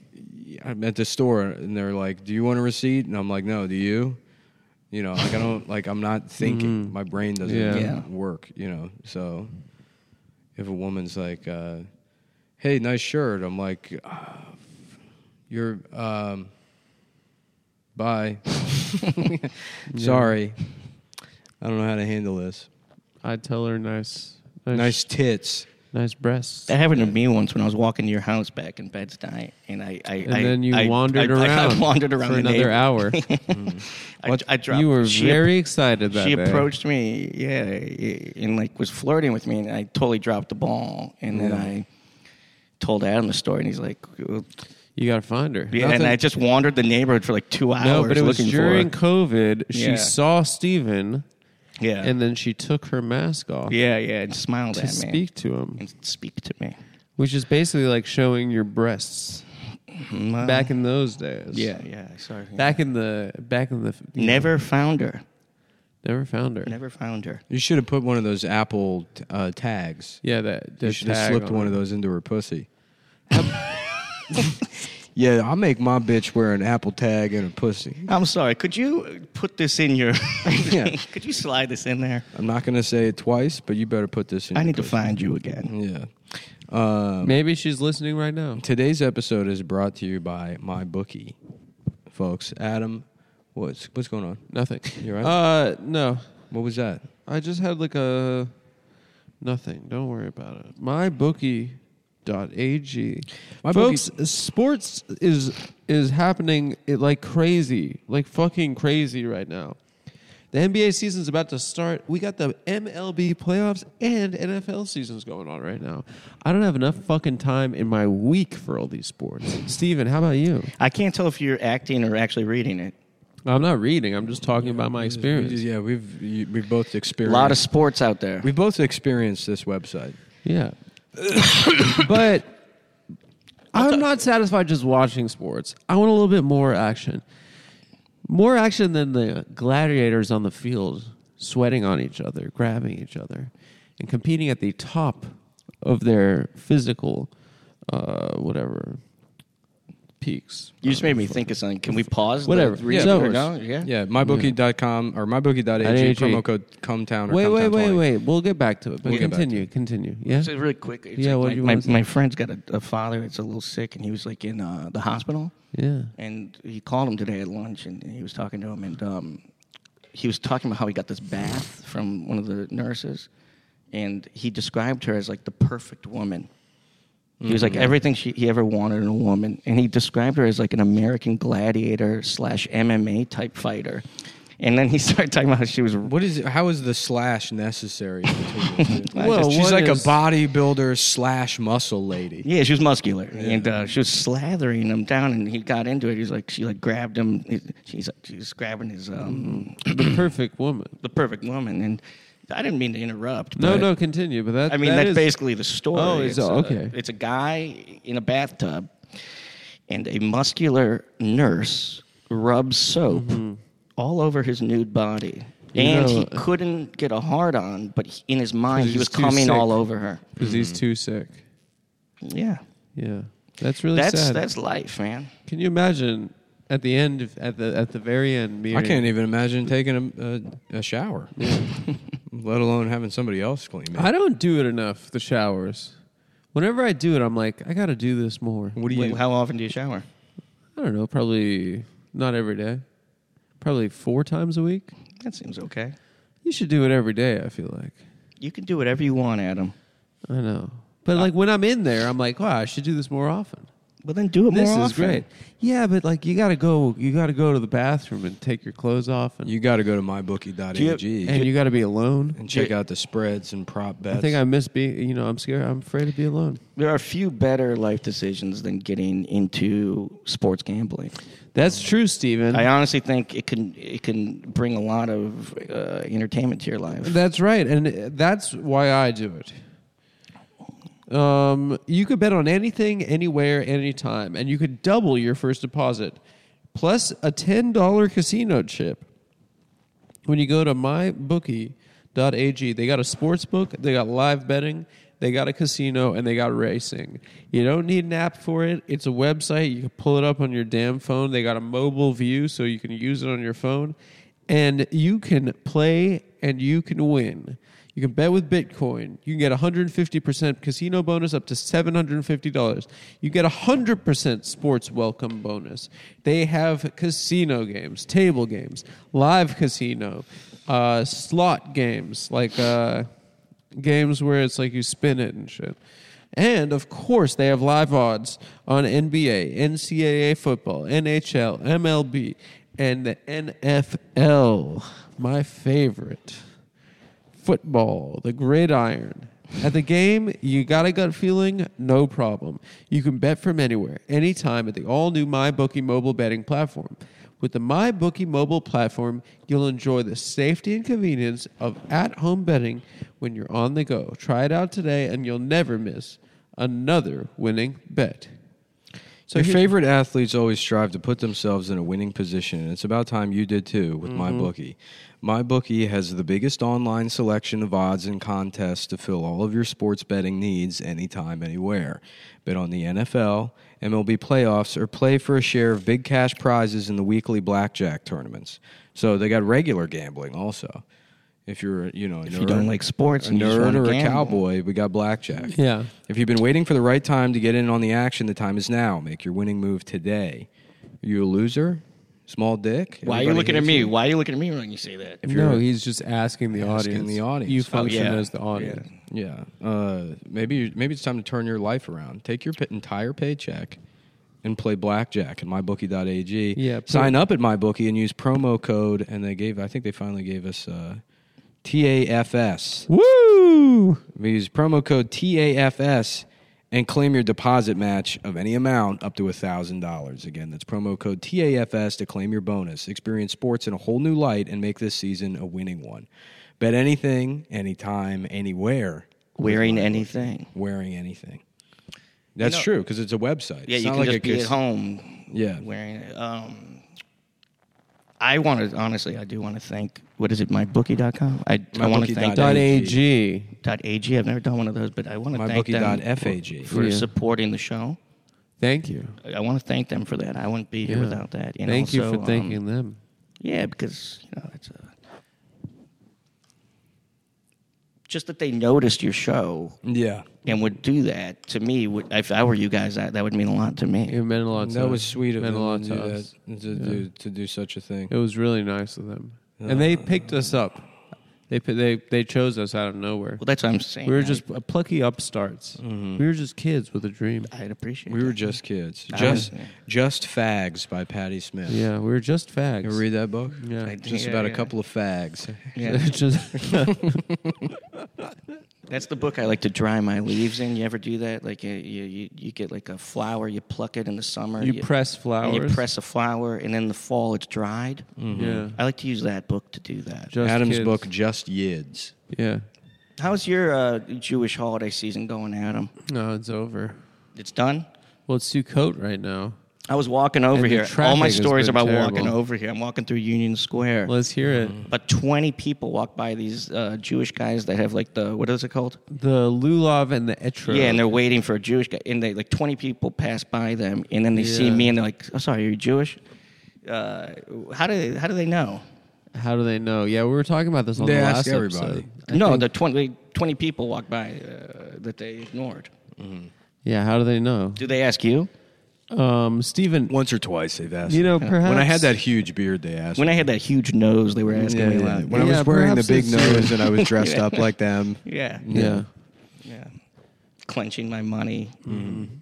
Speaker 2: I'm at the store and they're like, "Do you want a receipt?" And I'm like, "No." Do you? You know, like I don't like I'm not thinking. My brain doesn't
Speaker 1: Mm-hmm. Yeah.
Speaker 3: Yeah.
Speaker 2: work. You know, so if a woman's like, uh, "Hey, nice shirt," I'm like, "Ah, "You're." Um, Bye. Sorry. I don't know how to handle this.
Speaker 1: I'd tell her nice, nice, nice,
Speaker 2: Nice tits.
Speaker 1: breasts.
Speaker 3: That happened to me once when I was walking to your house back in Bed Stuy, and I, I
Speaker 1: And
Speaker 3: I-
Speaker 1: then you
Speaker 3: I-
Speaker 1: wandered
Speaker 3: I- I-
Speaker 1: around.
Speaker 3: I wandered around
Speaker 1: for
Speaker 3: the
Speaker 1: another
Speaker 3: neighbor-
Speaker 1: hour.
Speaker 3: I, I dropped.
Speaker 1: you were
Speaker 3: she ap-
Speaker 1: very excited that eh?
Speaker 3: she
Speaker 1: day.
Speaker 3: approached me, yeah, and like was flirting with me, and I totally dropped the ball. And then I told Adam the story, and he's like, "Ugh."
Speaker 1: You got to find her.
Speaker 3: yeah, and I just wandered the neighborhood for like two hours.
Speaker 1: No, but it was
Speaker 3: looking for
Speaker 1: during
Speaker 3: her.
Speaker 1: COVID. She
Speaker 3: Yeah.
Speaker 1: saw Steven
Speaker 3: yeah,
Speaker 1: and then she took her mask off
Speaker 3: yeah, yeah, and smiled
Speaker 1: to
Speaker 3: at me
Speaker 1: speak to him,
Speaker 3: and speak to me.
Speaker 1: which is basically like showing your breasts
Speaker 3: Well,
Speaker 1: back in those days.
Speaker 3: Uh, yeah, yeah, I saw her.
Speaker 1: Back in the back in the you
Speaker 3: never found her.
Speaker 1: know, never found her.
Speaker 3: Never found her.
Speaker 2: You should have put one of those Apple uh, tags.
Speaker 1: Yeah, that, that
Speaker 2: You should have
Speaker 1: tag
Speaker 2: slipped
Speaker 1: on
Speaker 2: one of
Speaker 1: her.
Speaker 2: those into her pussy. yeah, I'll make my bitch wear an Apple tag and a pussy.
Speaker 3: I'm sorry. Could you put this in your?
Speaker 2: Yeah.
Speaker 3: could you slide this in there?
Speaker 2: I'm not going to say it twice, but you better put this in.
Speaker 3: I
Speaker 2: your
Speaker 3: need to
Speaker 2: pussy.
Speaker 3: find you again.
Speaker 2: Yeah. Um,
Speaker 1: Maybe she's listening right now.
Speaker 2: Today's episode is brought to you by my bookie, folks. Adam, what's what's going on?
Speaker 1: Nothing.
Speaker 2: You're right.
Speaker 1: Uh, no.
Speaker 2: What was that?
Speaker 1: I just had like a nothing. Don't worry about it. MyBookie.ag.
Speaker 2: MyBookie-
Speaker 1: Folks, sports is is happening it like crazy, like fucking crazy right now. The NBA season's about to start. We got the MLB playoffs and NFL seasons going on right now. I don't have enough fucking time in my week for all these sports. Steven, how about you?
Speaker 3: I can't tell if you're acting or actually reading it.
Speaker 1: I'm not reading. I'm just talking about my experience.
Speaker 2: We just- yeah, we've you- we've both
Speaker 3: A
Speaker 2: experienced
Speaker 3: lot of sports out there.
Speaker 2: we've both experienced this website.
Speaker 1: Yeah. but I'm not satisfied just watching sports. I want a little bit more action. More action than the gladiators on the field sweating on each other, grabbing each other, and competing at the top of their physical, uh, whatever, peaks. Uh,
Speaker 3: you just made me think of something. Can we pause? the
Speaker 1: Whatever.
Speaker 3: reading?
Speaker 1: Yeah.
Speaker 3: Or no? Yeah.
Speaker 2: Yeah, mybookie.com or mybookie.ag
Speaker 1: AG.
Speaker 2: promo code cometown. Or
Speaker 1: Wait, wait, wait,
Speaker 2: Cometown20.
Speaker 1: wait. We'll get back to it. But
Speaker 2: We'll get back to
Speaker 1: continue, continue. Yeah.
Speaker 3: So really quick. It's
Speaker 1: Yeah,
Speaker 3: like
Speaker 1: what
Speaker 3: my,
Speaker 1: do you
Speaker 3: my,
Speaker 1: wanna say?
Speaker 3: my friend's got a, a father that's a little sick, and he was like in uh, the hospital.
Speaker 1: Yeah.
Speaker 3: And he called him today at lunch, and he was talking to him, and um, he was talking about how he got this bath from one of the nurses, and he described her as like the perfect woman. He was like everything she, he ever wanted in a woman, and he described her as like an American gladiator slash MMA type fighter. And then he started talking about how she was.
Speaker 2: What is? How is the slash necessary? between the two?
Speaker 3: Well,
Speaker 2: Just- she's
Speaker 1: one
Speaker 2: like
Speaker 1: is-
Speaker 2: a bodybuilder slash muscle lady.
Speaker 3: Yeah, she was muscular, and uh, she was slathering him down. And he got into it. He was like, she like grabbed him. He- She's she's grabbing his um
Speaker 1: the perfect woman.
Speaker 3: the perfect woman. And I didn't mean to interrupt.
Speaker 1: No,
Speaker 3: but-
Speaker 1: no, continue. But that
Speaker 3: I mean,
Speaker 1: that
Speaker 3: that's
Speaker 1: is-
Speaker 3: basically the story.
Speaker 1: Oh, it's-
Speaker 3: a-
Speaker 1: okay.
Speaker 3: It's a guy in a bathtub, and a muscular nurse rubs soap all over his nude body. and
Speaker 1: Mm-hmm. know- uh,
Speaker 3: he couldn't get a hard on, but he- in his mind, he
Speaker 1: He's
Speaker 3: was
Speaker 1: too
Speaker 3: coming
Speaker 1: sick.
Speaker 3: all over her.
Speaker 1: because he's too sick.
Speaker 3: Yeah.
Speaker 1: Yeah, that's really
Speaker 3: That's
Speaker 1: sad.
Speaker 3: that's life, man.
Speaker 1: Can you imagine at the end, of, at the at the very end, me?
Speaker 2: I can't even imagine taking a, a, a shower, let alone having somebody else clean me.
Speaker 1: I don't do it enough. The showers. Whenever I do it, I'm like, I got to do this more.
Speaker 2: what do you?
Speaker 3: Wait, how often do you shower?
Speaker 1: I don't know. Probably not every day. Probably four times a week.
Speaker 3: That seems okay.
Speaker 1: You should do it every day. I feel like.
Speaker 3: You can do whatever you want, Adam.
Speaker 1: I know. But like when I'm in there, I'm like, wow, I should do this more often.
Speaker 3: But then do it
Speaker 1: This
Speaker 3: more
Speaker 1: is
Speaker 3: often.
Speaker 1: great. Yeah, but like you gotta go, you gotta go to the bathroom and take your clothes off, and
Speaker 2: you got to go to mybookie.ag
Speaker 3: Do you-
Speaker 1: and you gotta be alone.
Speaker 2: and check out the spreads and prop bets.
Speaker 1: I think I miss being. You know, I'm scared. I'm afraid to be alone.
Speaker 3: There are few better life decisions than getting into sports gambling.
Speaker 1: That's true, Steven.
Speaker 3: I honestly think it can it can bring a lot of uh, entertainment to your life.
Speaker 1: that's right, and that's why I do it. Um, you could bet on anything, anywhere, anytime, and you could double your first deposit, plus a ten dollar casino chip. when you go to mybookie.ag, they got a sports book, they got live betting, they got a casino, and they got racing. You don't need an app for it. It's a website. You can pull it up on your damn phone. They got a mobile view, so you can use it on your phone. And you can play and you can win. You can bet with Bitcoin. You can get 150% casino bonus up to $750. You get 100% sports welcome bonus. They have casino games, table games, live casino, uh, slot games, like uh, games where it's like you spin it and shit. And of course, they have live odds on NBA, NCAA football, NHL, MLB, and the NFL. My favorite football, the gridiron. At the game, you got a gut feeling? No problem. You can bet from anywhere, anytime at the all new MyBookie mobile betting platform. With the MyBookie mobile platform, you'll enjoy the safety and convenience of at home betting when you're on the go. Try it out today, and you'll never miss another winning bet.
Speaker 2: So your favorite athletes always strive to put themselves in a winning position, and it's about time you did too with MyBookie. MyBookie has the biggest online selection of odds and contests to fill all of your sports betting needs anytime, anywhere. Bet on the NFL, MLB playoffs, or play for a share of big cash prizes in the weekly blackjack tournaments. So they got regular gambling also. If you're, you know, a
Speaker 3: If you don't
Speaker 2: nerd-
Speaker 3: like sports
Speaker 2: a
Speaker 3: and you just
Speaker 2: nerd
Speaker 3: wanna
Speaker 2: or a
Speaker 3: gamble.
Speaker 2: cowboy, we got blackjack.
Speaker 1: Yeah.
Speaker 2: If you've been waiting for the right time to get in on the action, the time is now. Make your winning move today. Are you a loser? Small dick?
Speaker 3: Why are you looking at me? Why are you looking at me when you say that?
Speaker 1: No, he's just asking the
Speaker 2: Asking
Speaker 1: audience.
Speaker 2: the audience.
Speaker 1: You
Speaker 2: Oh,
Speaker 1: function
Speaker 3: yeah.
Speaker 1: as the audience.
Speaker 2: Yeah. Uh, maybe you- maybe it's time to turn your life around. Take your p- entire paycheck and play blackjack at mybookie.ag.
Speaker 1: Yeah, put-
Speaker 2: Sign up at mybookie and use promo code. And they gave. I think they finally gave us uh, TAFS.
Speaker 1: Woo!
Speaker 2: We use promo code TAFS and claim your deposit match of any amount up to $1,000. Again, that's promo code TAFS to claim your bonus. Experience sports in a whole new light and make this season a winning one. Bet anything, anytime, anywhere,
Speaker 3: Wearing anything?
Speaker 2: wearing anything. That's
Speaker 3: You know-
Speaker 2: true because it's a website.
Speaker 3: Yeah,
Speaker 2: It's
Speaker 3: you
Speaker 2: not like
Speaker 3: can just
Speaker 2: a
Speaker 3: be
Speaker 2: cas-
Speaker 3: at home.
Speaker 2: Yeah.
Speaker 3: wearing it. Um, I want to honestly, I do want to thank what is it, mybookie.com. I, I want to thank
Speaker 2: Mybookie.ag.
Speaker 3: them.
Speaker 1: .ag.
Speaker 3: Dot .ag. I've never done one of those, but I want to thank them
Speaker 2: Mybookie.fag.
Speaker 3: for
Speaker 1: Yeah.
Speaker 3: supporting the show.
Speaker 1: Thank you.
Speaker 3: I want to thank them for that. I wouldn't be here
Speaker 1: Yeah.
Speaker 3: without that. And
Speaker 1: Thank you
Speaker 3: also,
Speaker 1: for
Speaker 3: um,
Speaker 1: thanking them.
Speaker 3: Yeah, because you know it's uh, a just that they noticed your show
Speaker 2: Yeah.
Speaker 3: and would do that to me. Would, if I were you guys, that, that would mean a lot to me.
Speaker 1: It meant a lot. to
Speaker 2: That
Speaker 1: us.
Speaker 2: was sweet of
Speaker 1: meant
Speaker 2: them
Speaker 1: a lot
Speaker 2: to,
Speaker 1: to
Speaker 2: do
Speaker 1: us.
Speaker 2: that, Uh, to, do, to do such a thing.
Speaker 1: It was really nice of them, and they picked us up. They pi- they they chose us out of nowhere.
Speaker 3: Well, that's what I'm saying.
Speaker 1: We were
Speaker 3: I-
Speaker 1: just uh, plucky upstarts.
Speaker 2: Mm-hmm.
Speaker 1: We were just kids with a dream.
Speaker 3: I'd appreciate.
Speaker 2: We
Speaker 3: that.
Speaker 2: were just kids. Just,
Speaker 3: yeah.
Speaker 2: just fags by Patty Smith.
Speaker 1: Yeah, we were just fags.
Speaker 2: You ever read that book?
Speaker 1: yeah,
Speaker 3: I-
Speaker 2: Just
Speaker 3: Yeah,
Speaker 2: about a
Speaker 3: yeah.
Speaker 2: couple of fags.
Speaker 3: Yeah.
Speaker 1: Just-
Speaker 3: That's the book I like to dry my leaves in. You ever do that? Like you, you, you- you get like a flower, you pluck it in the summer.
Speaker 1: You press
Speaker 3: and You
Speaker 1: flowers. Mm.
Speaker 3: press a flower, and in the fall it's dried.
Speaker 2: Mm-hmm.
Speaker 1: yeah,
Speaker 3: I like to use that book to do that.
Speaker 1: just
Speaker 2: Adam's
Speaker 1: kids.
Speaker 2: book, Just Yids.
Speaker 1: Yeah,
Speaker 3: How's your uh, Jewish holiday season going, Adam?
Speaker 1: no, it's over.
Speaker 3: It's done.
Speaker 1: Well, it's Sukkot right now.
Speaker 3: I was walking over
Speaker 1: the
Speaker 3: here. All my
Speaker 1: traffic has
Speaker 3: stories
Speaker 1: been
Speaker 3: about
Speaker 1: terrible.
Speaker 3: walking over here. I'm walking through Union Square.
Speaker 1: Let's hear it.
Speaker 2: Mm-hmm.
Speaker 3: But 20 people walk by these uh, Jewish guys that have like the what is it called?
Speaker 1: The lulav and the etrog.
Speaker 3: Yeah, and they're waiting for a Jewish guy, and they like twenty people pass by them, and then they see
Speaker 1: Yeah.
Speaker 3: me, and they're like, "Oh, sorry, are you Jewish?" Uh, how do how do they know?
Speaker 1: How do they know? Yeah, we were talking about this on
Speaker 2: They
Speaker 1: the
Speaker 2: ask
Speaker 1: last
Speaker 2: everybody.
Speaker 1: episode.
Speaker 3: no, the 20, 20 people walk by uh, that they ignored.
Speaker 1: Yeah, how do they know?
Speaker 3: Do they ask you?
Speaker 1: Um, Stephen,
Speaker 2: Once or twice they've asked.
Speaker 1: you know,
Speaker 2: me.
Speaker 1: perhaps
Speaker 2: when I had that huge beard, they asked.
Speaker 3: When
Speaker 2: me.
Speaker 3: I had that huge nose, they were asking
Speaker 2: yeah,
Speaker 3: me
Speaker 2: yeah.
Speaker 3: that.
Speaker 2: when I
Speaker 1: Yeah,
Speaker 2: was wearing the
Speaker 1: perhaps
Speaker 2: big
Speaker 1: it's-
Speaker 2: nose and I was dressed up like them.
Speaker 3: Yeah,
Speaker 1: Yeah.
Speaker 3: yeah. clenching my money. Mm-hmm.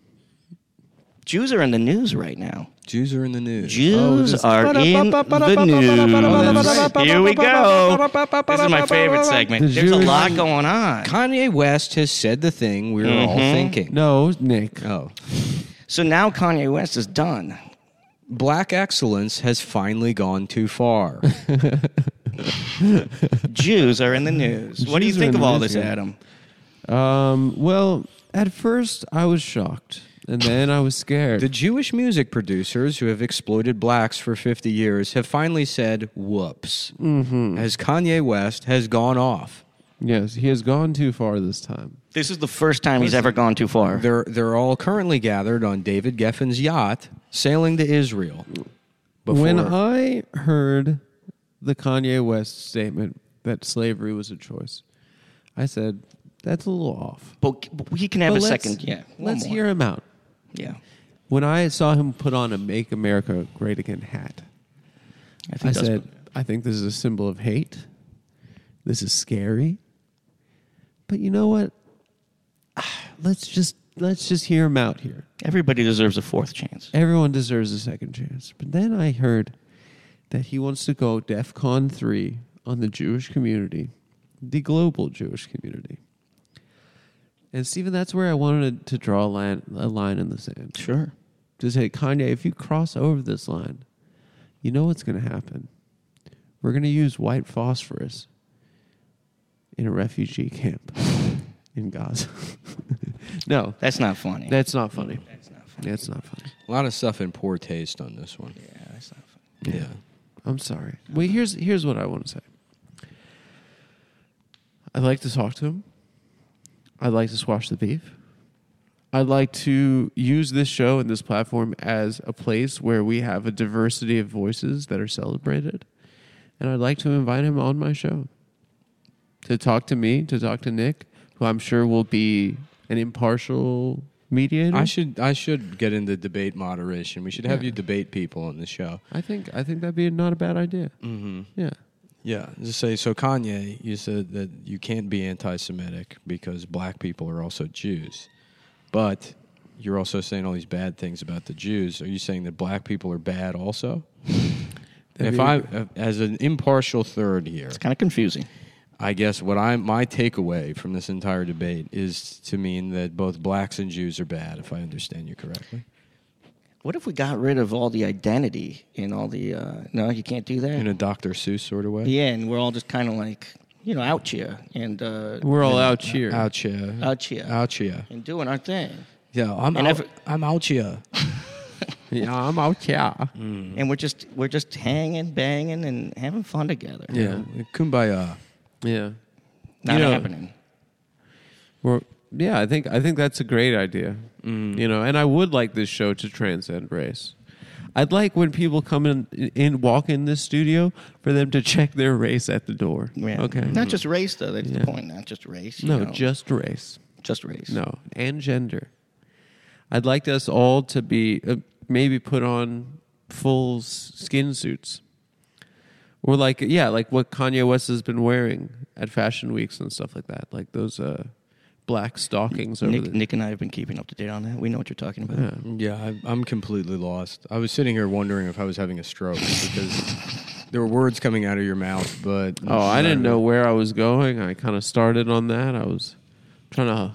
Speaker 3: Jews are in the news right now.
Speaker 2: Jews are in the news.
Speaker 3: Jews
Speaker 1: this-
Speaker 3: are in the news. Here we go. This is my favorite segment.
Speaker 1: The
Speaker 3: There's a
Speaker 1: Jews-
Speaker 3: lot going on.
Speaker 2: Kanye West has said the thing we were all thinking.
Speaker 1: No, Nick.
Speaker 2: Oh.
Speaker 3: So now Kanye West is done.
Speaker 2: Black excellence has finally gone too far.
Speaker 3: Jews are in the news. What do you
Speaker 1: Jews are in
Speaker 3: think of
Speaker 1: the
Speaker 3: all
Speaker 1: news,
Speaker 3: this,
Speaker 1: yeah.
Speaker 3: Adam?
Speaker 1: Um, well, at first I was shocked, and then I was scared.
Speaker 2: the Jewish music producers who have exploited blacks for 50 years have finally said, whoops,
Speaker 1: Mm-hmm.
Speaker 2: as Kanye West has gone off.
Speaker 1: yes, he has gone too far this time.
Speaker 3: This is the first time he's ever gone too far.
Speaker 2: They're, they're all currently gathered on David Geffen's yacht sailing to Israel. Before,
Speaker 1: When I heard the Kanye West statement that slavery was a choice, I said that's a little off.
Speaker 3: But, but he can have
Speaker 1: But
Speaker 3: a
Speaker 1: let's-
Speaker 3: second. Yeah. one
Speaker 1: let's
Speaker 3: more.
Speaker 1: hear him out.
Speaker 3: Yeah.
Speaker 1: When I saw him put on a "Make America Great Again" hat,
Speaker 3: I, think
Speaker 1: I
Speaker 3: that's-
Speaker 1: said, I think this is a symbol of hate. This is scary. But you know what? Ah, Let's just let's just hear him out here.
Speaker 3: everybody deserves a fourth chance.
Speaker 1: Everyone deserves a second chance. But then I heard that he wants to go DEFCON 3 on the Jewish community, the global Jewish community. And Stephen, that's where I wanted to draw a line, a line in the sand.
Speaker 3: Sure.
Speaker 1: To say, Kanye, if you cross over this line, you know what's going to happen. We're going to use white phosphorus in a refugee camp in Gaza. no,
Speaker 3: That's not funny.
Speaker 1: that's not funny.
Speaker 3: that's not funny.
Speaker 1: That's not funny.
Speaker 2: a lot of stuff in poor taste on this one.
Speaker 3: Yeah, that's not funny.
Speaker 2: Yeah.
Speaker 1: I'm sorry. Well, here's here's what I want to say. I'd like to talk to him. I'd like to squash the beef. I'd like to use this show and this platform as a place where we have a diversity of voices that are celebrated. And I'd like to invite him on my show to talk to me, to talk to Nick, who I'm sure will be an impartial mediator.
Speaker 2: I should I should get into debate moderation. We should have you debate people on the show.
Speaker 1: I think I think that'd be not a bad idea. Mm-hmm. Yeah.
Speaker 2: Yeah, just say so. Kanye, you said that you can't be anti-Semitic because black people are also Jews, but you're also saying all these bad things about the Jews. Are you saying that black people are bad also?
Speaker 1: That'd
Speaker 2: if
Speaker 1: be-
Speaker 2: I, uh, as an impartial third here,
Speaker 3: It's kind of confusing.
Speaker 2: I guess what I my takeaway from this entire debate is to mean that both blacks and Jews are bad. If I understand you correctly,
Speaker 3: What if we got rid of all the identity and all the? Uh, no, you can't do that.
Speaker 2: in a Dr. Seuss sort of way.
Speaker 3: yeah, and we're all just kind of like you know out here and uh,
Speaker 1: We're all out here.
Speaker 2: Ouchia.
Speaker 3: Out here.
Speaker 2: Ouchia.
Speaker 3: and doing our thing,
Speaker 2: Yeah, I'm
Speaker 3: And
Speaker 2: out,
Speaker 3: if-
Speaker 2: I'm Ouchia.
Speaker 1: Yeah, I'm out here.
Speaker 3: and we're just we're just hanging, banging, and having fun together.
Speaker 2: Yeah. Kumbaya.
Speaker 1: Yeah.
Speaker 3: not
Speaker 1: You know-
Speaker 3: happening.
Speaker 1: Well, yeah, I think I think that's a great idea. You know, and I would like this show to transcend race. I'd like when people come in and walk in this studio for them to check their race at the door.
Speaker 3: Yeah.
Speaker 1: Okay.
Speaker 3: Not just race, though. That's
Speaker 1: Yeah.
Speaker 3: the point. Not just race. you
Speaker 1: no,
Speaker 3: know.
Speaker 1: just race.
Speaker 3: just race.
Speaker 1: No, and gender. I'd like us all to be uh, maybe put on full s- skin suits Or like yeah, like what Kanye West has been wearing at fashion weeks and stuff like that. Like those uh, black stockings over
Speaker 3: Nick,
Speaker 1: the
Speaker 3: Nick and I have been keeping up to date on that. We know what you're talking about.
Speaker 1: Yeah.
Speaker 2: Yeah, I, I'm completely lost. I was sitting here wondering if I was having a stroke because there were words coming out of your mouth, but
Speaker 1: Oh, I didn't know where I was going. I kind of started on that. I was trying to,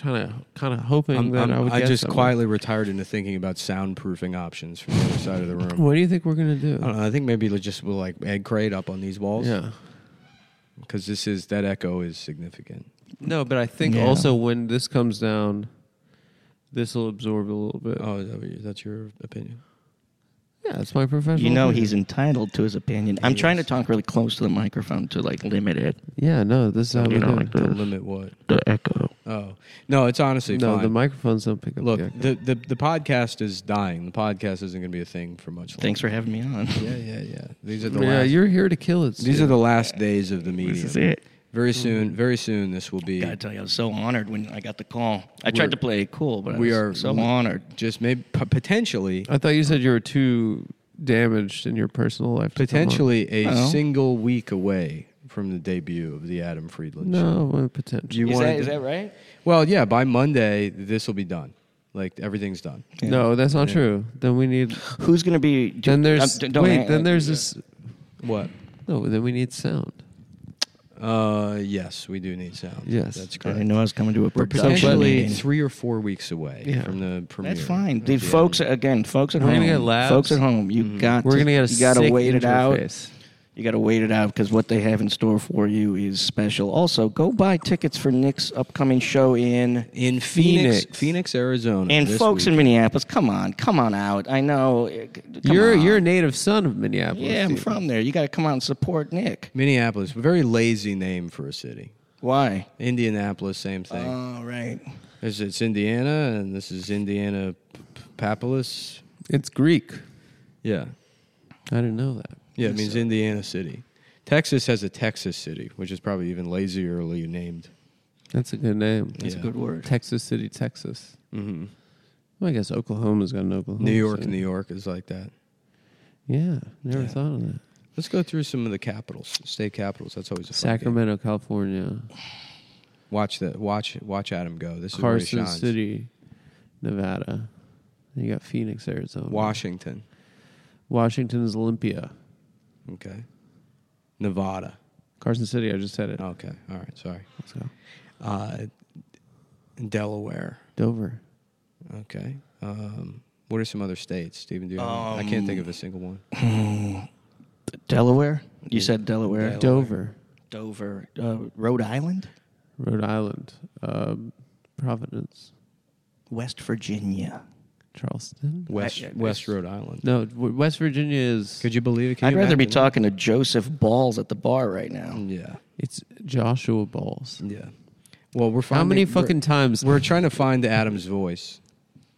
Speaker 1: trying to, kind of hoping
Speaker 2: I'm,
Speaker 1: that
Speaker 2: I'm-
Speaker 1: I would.
Speaker 2: I
Speaker 1: get
Speaker 2: just
Speaker 1: something.
Speaker 2: quietly retired into thinking about soundproofing options from the other side of the room.
Speaker 1: What do you think we're gonna
Speaker 2: I
Speaker 1: do?
Speaker 2: don't know. I think maybe let's just we'll like egg crate up on these walls
Speaker 1: Yeah.
Speaker 2: because this is that echo is significant.
Speaker 1: No, but I think
Speaker 3: Yeah.
Speaker 1: also when this comes down, this will absorb a little bit.
Speaker 2: Oh, is that what you- that's your opinion?
Speaker 1: yeah, that's my professional.
Speaker 3: You know
Speaker 1: opinion.
Speaker 3: he's entitled to his opinion. I'm trying to talk really close to the microphone to like limit it.
Speaker 1: Yeah, no, this is how
Speaker 3: You
Speaker 1: we
Speaker 3: know,
Speaker 1: do.
Speaker 3: like
Speaker 1: it.
Speaker 2: To
Speaker 3: Yes.
Speaker 2: limit what?
Speaker 3: The echo.
Speaker 2: Oh, no, it's honestly
Speaker 1: no,
Speaker 2: fine.
Speaker 1: the microphones don't pick up.
Speaker 2: Look,
Speaker 1: the echo.
Speaker 2: the, the the podcast is dying. The podcast isn't going to be a thing for much longer.
Speaker 3: Thanks for having me on.
Speaker 2: Yeah, yeah, yeah. These are the
Speaker 1: yeah,
Speaker 2: last.
Speaker 1: you're here to kill it.
Speaker 2: These are the last days of the medium.
Speaker 3: This is it.
Speaker 2: Very soon, very soon, this will be
Speaker 3: Gotta tell you, I was so honored when I got the call. I tried to play it cool, but
Speaker 2: we
Speaker 3: I
Speaker 2: are
Speaker 3: was so honored.
Speaker 2: just maybe p- potentially
Speaker 1: I thought you said you were too damaged in your personal life. to come on.
Speaker 2: potentially a
Speaker 3: Oh.
Speaker 2: single week away from the debut of the Adam Friedland show.
Speaker 1: No, well, potentially.
Speaker 2: You wanted to-
Speaker 3: right?
Speaker 2: Well, yeah. By Monday, this will be done. Like everything's done.
Speaker 1: No, that's not true. Then we need.
Speaker 3: Who's gonna be? do-
Speaker 1: Then there's
Speaker 3: uh, d- don't
Speaker 1: wait.
Speaker 3: hang-
Speaker 1: Then there's this.
Speaker 2: What?
Speaker 1: No, then we need sound.
Speaker 2: Uh, yes, we do need sound.
Speaker 1: Yes.
Speaker 2: that's
Speaker 3: I
Speaker 2: correct.
Speaker 3: didn't know I was coming to a
Speaker 2: We're
Speaker 3: production
Speaker 2: potentially
Speaker 3: meeting.
Speaker 2: three or four weeks away
Speaker 1: Yeah.
Speaker 2: from the premiere.
Speaker 3: That's fine. The
Speaker 2: Yeah.
Speaker 3: folks again, folks at
Speaker 1: We're
Speaker 3: home.
Speaker 1: gonna get labs.
Speaker 3: Folks at home, you got.
Speaker 1: We're
Speaker 3: to-
Speaker 1: gonna get a
Speaker 3: You gotta
Speaker 1: sick
Speaker 3: wait it out.
Speaker 1: interface.
Speaker 3: You got to wait it out because what they have in store for you is special. Also, go buy tickets for Nick's upcoming show in
Speaker 2: in Phoenix,
Speaker 1: Phoenix.
Speaker 2: Phoenix, Arizona.
Speaker 3: and
Speaker 2: this
Speaker 3: folks
Speaker 2: week.
Speaker 3: in Minneapolis. Come on, come on out. I know. eh, c- come
Speaker 1: You're
Speaker 3: on.
Speaker 1: you're a native son of Minneapolis.
Speaker 3: yeah. I'm
Speaker 1: dude.
Speaker 3: from there. You got to come out and support Nick.
Speaker 2: Minneapolis, very lazy name for a city.
Speaker 3: Why?
Speaker 2: Indianapolis, same thing.
Speaker 3: All right.
Speaker 2: It's, it's Indiana, and this is Indiana P- P- Papolis.
Speaker 1: It's Greek.
Speaker 2: Yeah.
Speaker 1: I didn't know that.
Speaker 2: Yeah, it means Indiana City. Texas has a Texas City, which is probably even lazierly named.
Speaker 1: That's a good name.
Speaker 3: That's
Speaker 2: Yeah.
Speaker 3: a good word.
Speaker 1: Texas City, Texas.
Speaker 2: hmm
Speaker 1: Well, I guess Oklahoma's got an Oklahoma.
Speaker 2: New York,
Speaker 1: City.
Speaker 2: New York is like that.
Speaker 1: Yeah, never
Speaker 2: Yeah.
Speaker 1: thought of that.
Speaker 2: Let's go through some of the capitals, state capitals. That's always a fun game.
Speaker 1: Sacramento, California,
Speaker 2: Watch that. Watch watch Adam go. This is where he
Speaker 1: Carson
Speaker 2: shines.
Speaker 1: City, Nevada. Then you got Phoenix, Arizona.
Speaker 2: Washington.
Speaker 1: Washington is Olympia.
Speaker 2: Okay. Nevada.
Speaker 1: Carson City, I just said it.
Speaker 2: Okay. All right. Sorry.
Speaker 1: Let's go.
Speaker 2: Uh, Delaware.
Speaker 1: Dover.
Speaker 2: Okay. Um, what are some other states, Stephen? Do you have any? I can't think
Speaker 1: Um,
Speaker 2: of a single one.
Speaker 3: Delaware. You said Delaware.
Speaker 2: Del-
Speaker 1: Dover.
Speaker 3: Dover. Uh, Rhode Island.
Speaker 1: Rhode Island. Um, Providence.
Speaker 3: West Virginia.
Speaker 1: Charleston.
Speaker 2: West
Speaker 3: I- I-
Speaker 2: West Rhode Island.
Speaker 1: No, w- West Virginia is
Speaker 2: Could you believe it? Can
Speaker 3: I'd
Speaker 2: you
Speaker 3: rather be
Speaker 2: imagine
Speaker 3: talking to Joseph Balls at the bar right now.
Speaker 2: that?
Speaker 1: it's Joshua Balls.
Speaker 2: Yeah. Yeah. Well, we're finding,
Speaker 1: How many
Speaker 2: we're-
Speaker 1: fucking times?
Speaker 2: We're, trying to find Adam's voice.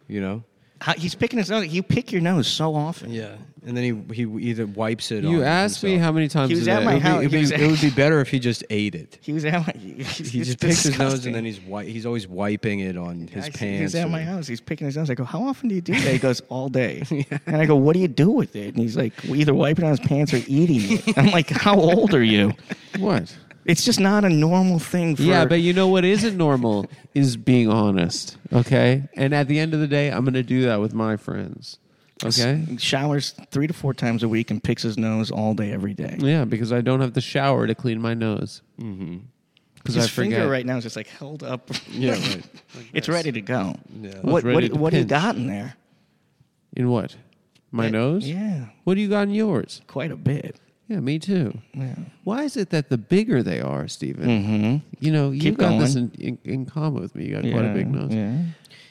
Speaker 2: You know.
Speaker 3: How, he's picking his nose. You pick your nose so often.
Speaker 2: Yeah. And then he he either wipes it.
Speaker 1: you
Speaker 2: on
Speaker 1: asked me
Speaker 2: himself.
Speaker 1: how many times
Speaker 3: He was
Speaker 1: today.
Speaker 3: at
Speaker 2: It
Speaker 3: my
Speaker 2: would be-
Speaker 3: house-
Speaker 2: it would be-
Speaker 3: he was-
Speaker 2: it would be better if he just ate it.
Speaker 3: He was at my. He
Speaker 2: He just picks his nose and then he's wi- he's always wiping it on his pants.
Speaker 3: He's at
Speaker 2: or-
Speaker 3: my house. He's picking his nose. I go, how often do you do that? He goes, all day. And I go, what do you do with it? And he's like, well, either wiping on his pants or eating it. I'm like, how old are you?
Speaker 1: What?
Speaker 3: It's just not a normal thing for.
Speaker 1: Yeah, but you know what isn't normal is being honest. Okay, and at the end of the day, I'm going to do that with my friends. Okay.
Speaker 3: Showers three to four times a week and picks his nose all day every day.
Speaker 1: Yeah, because I don't have the shower to clean my nose. Mm-hmm. Because
Speaker 3: His
Speaker 1: I forget.
Speaker 3: finger right now is just like held up.
Speaker 2: Yeah, right.
Speaker 3: it's ready to go.
Speaker 2: Yeah.
Speaker 3: What
Speaker 1: It's ready
Speaker 3: what
Speaker 1: to
Speaker 3: what do you
Speaker 1: pinch.
Speaker 3: got in there?
Speaker 1: In what? My nose.
Speaker 3: Yeah,
Speaker 1: What do you got in yours?
Speaker 3: quite a bit.
Speaker 1: Yeah, me too.
Speaker 3: Yeah.
Speaker 1: Why is it that the bigger they are, Stephen?
Speaker 3: Mm-hmm.
Speaker 1: You know, you've got this in, in, in common with me. You got quite a big nose.
Speaker 3: Yeah.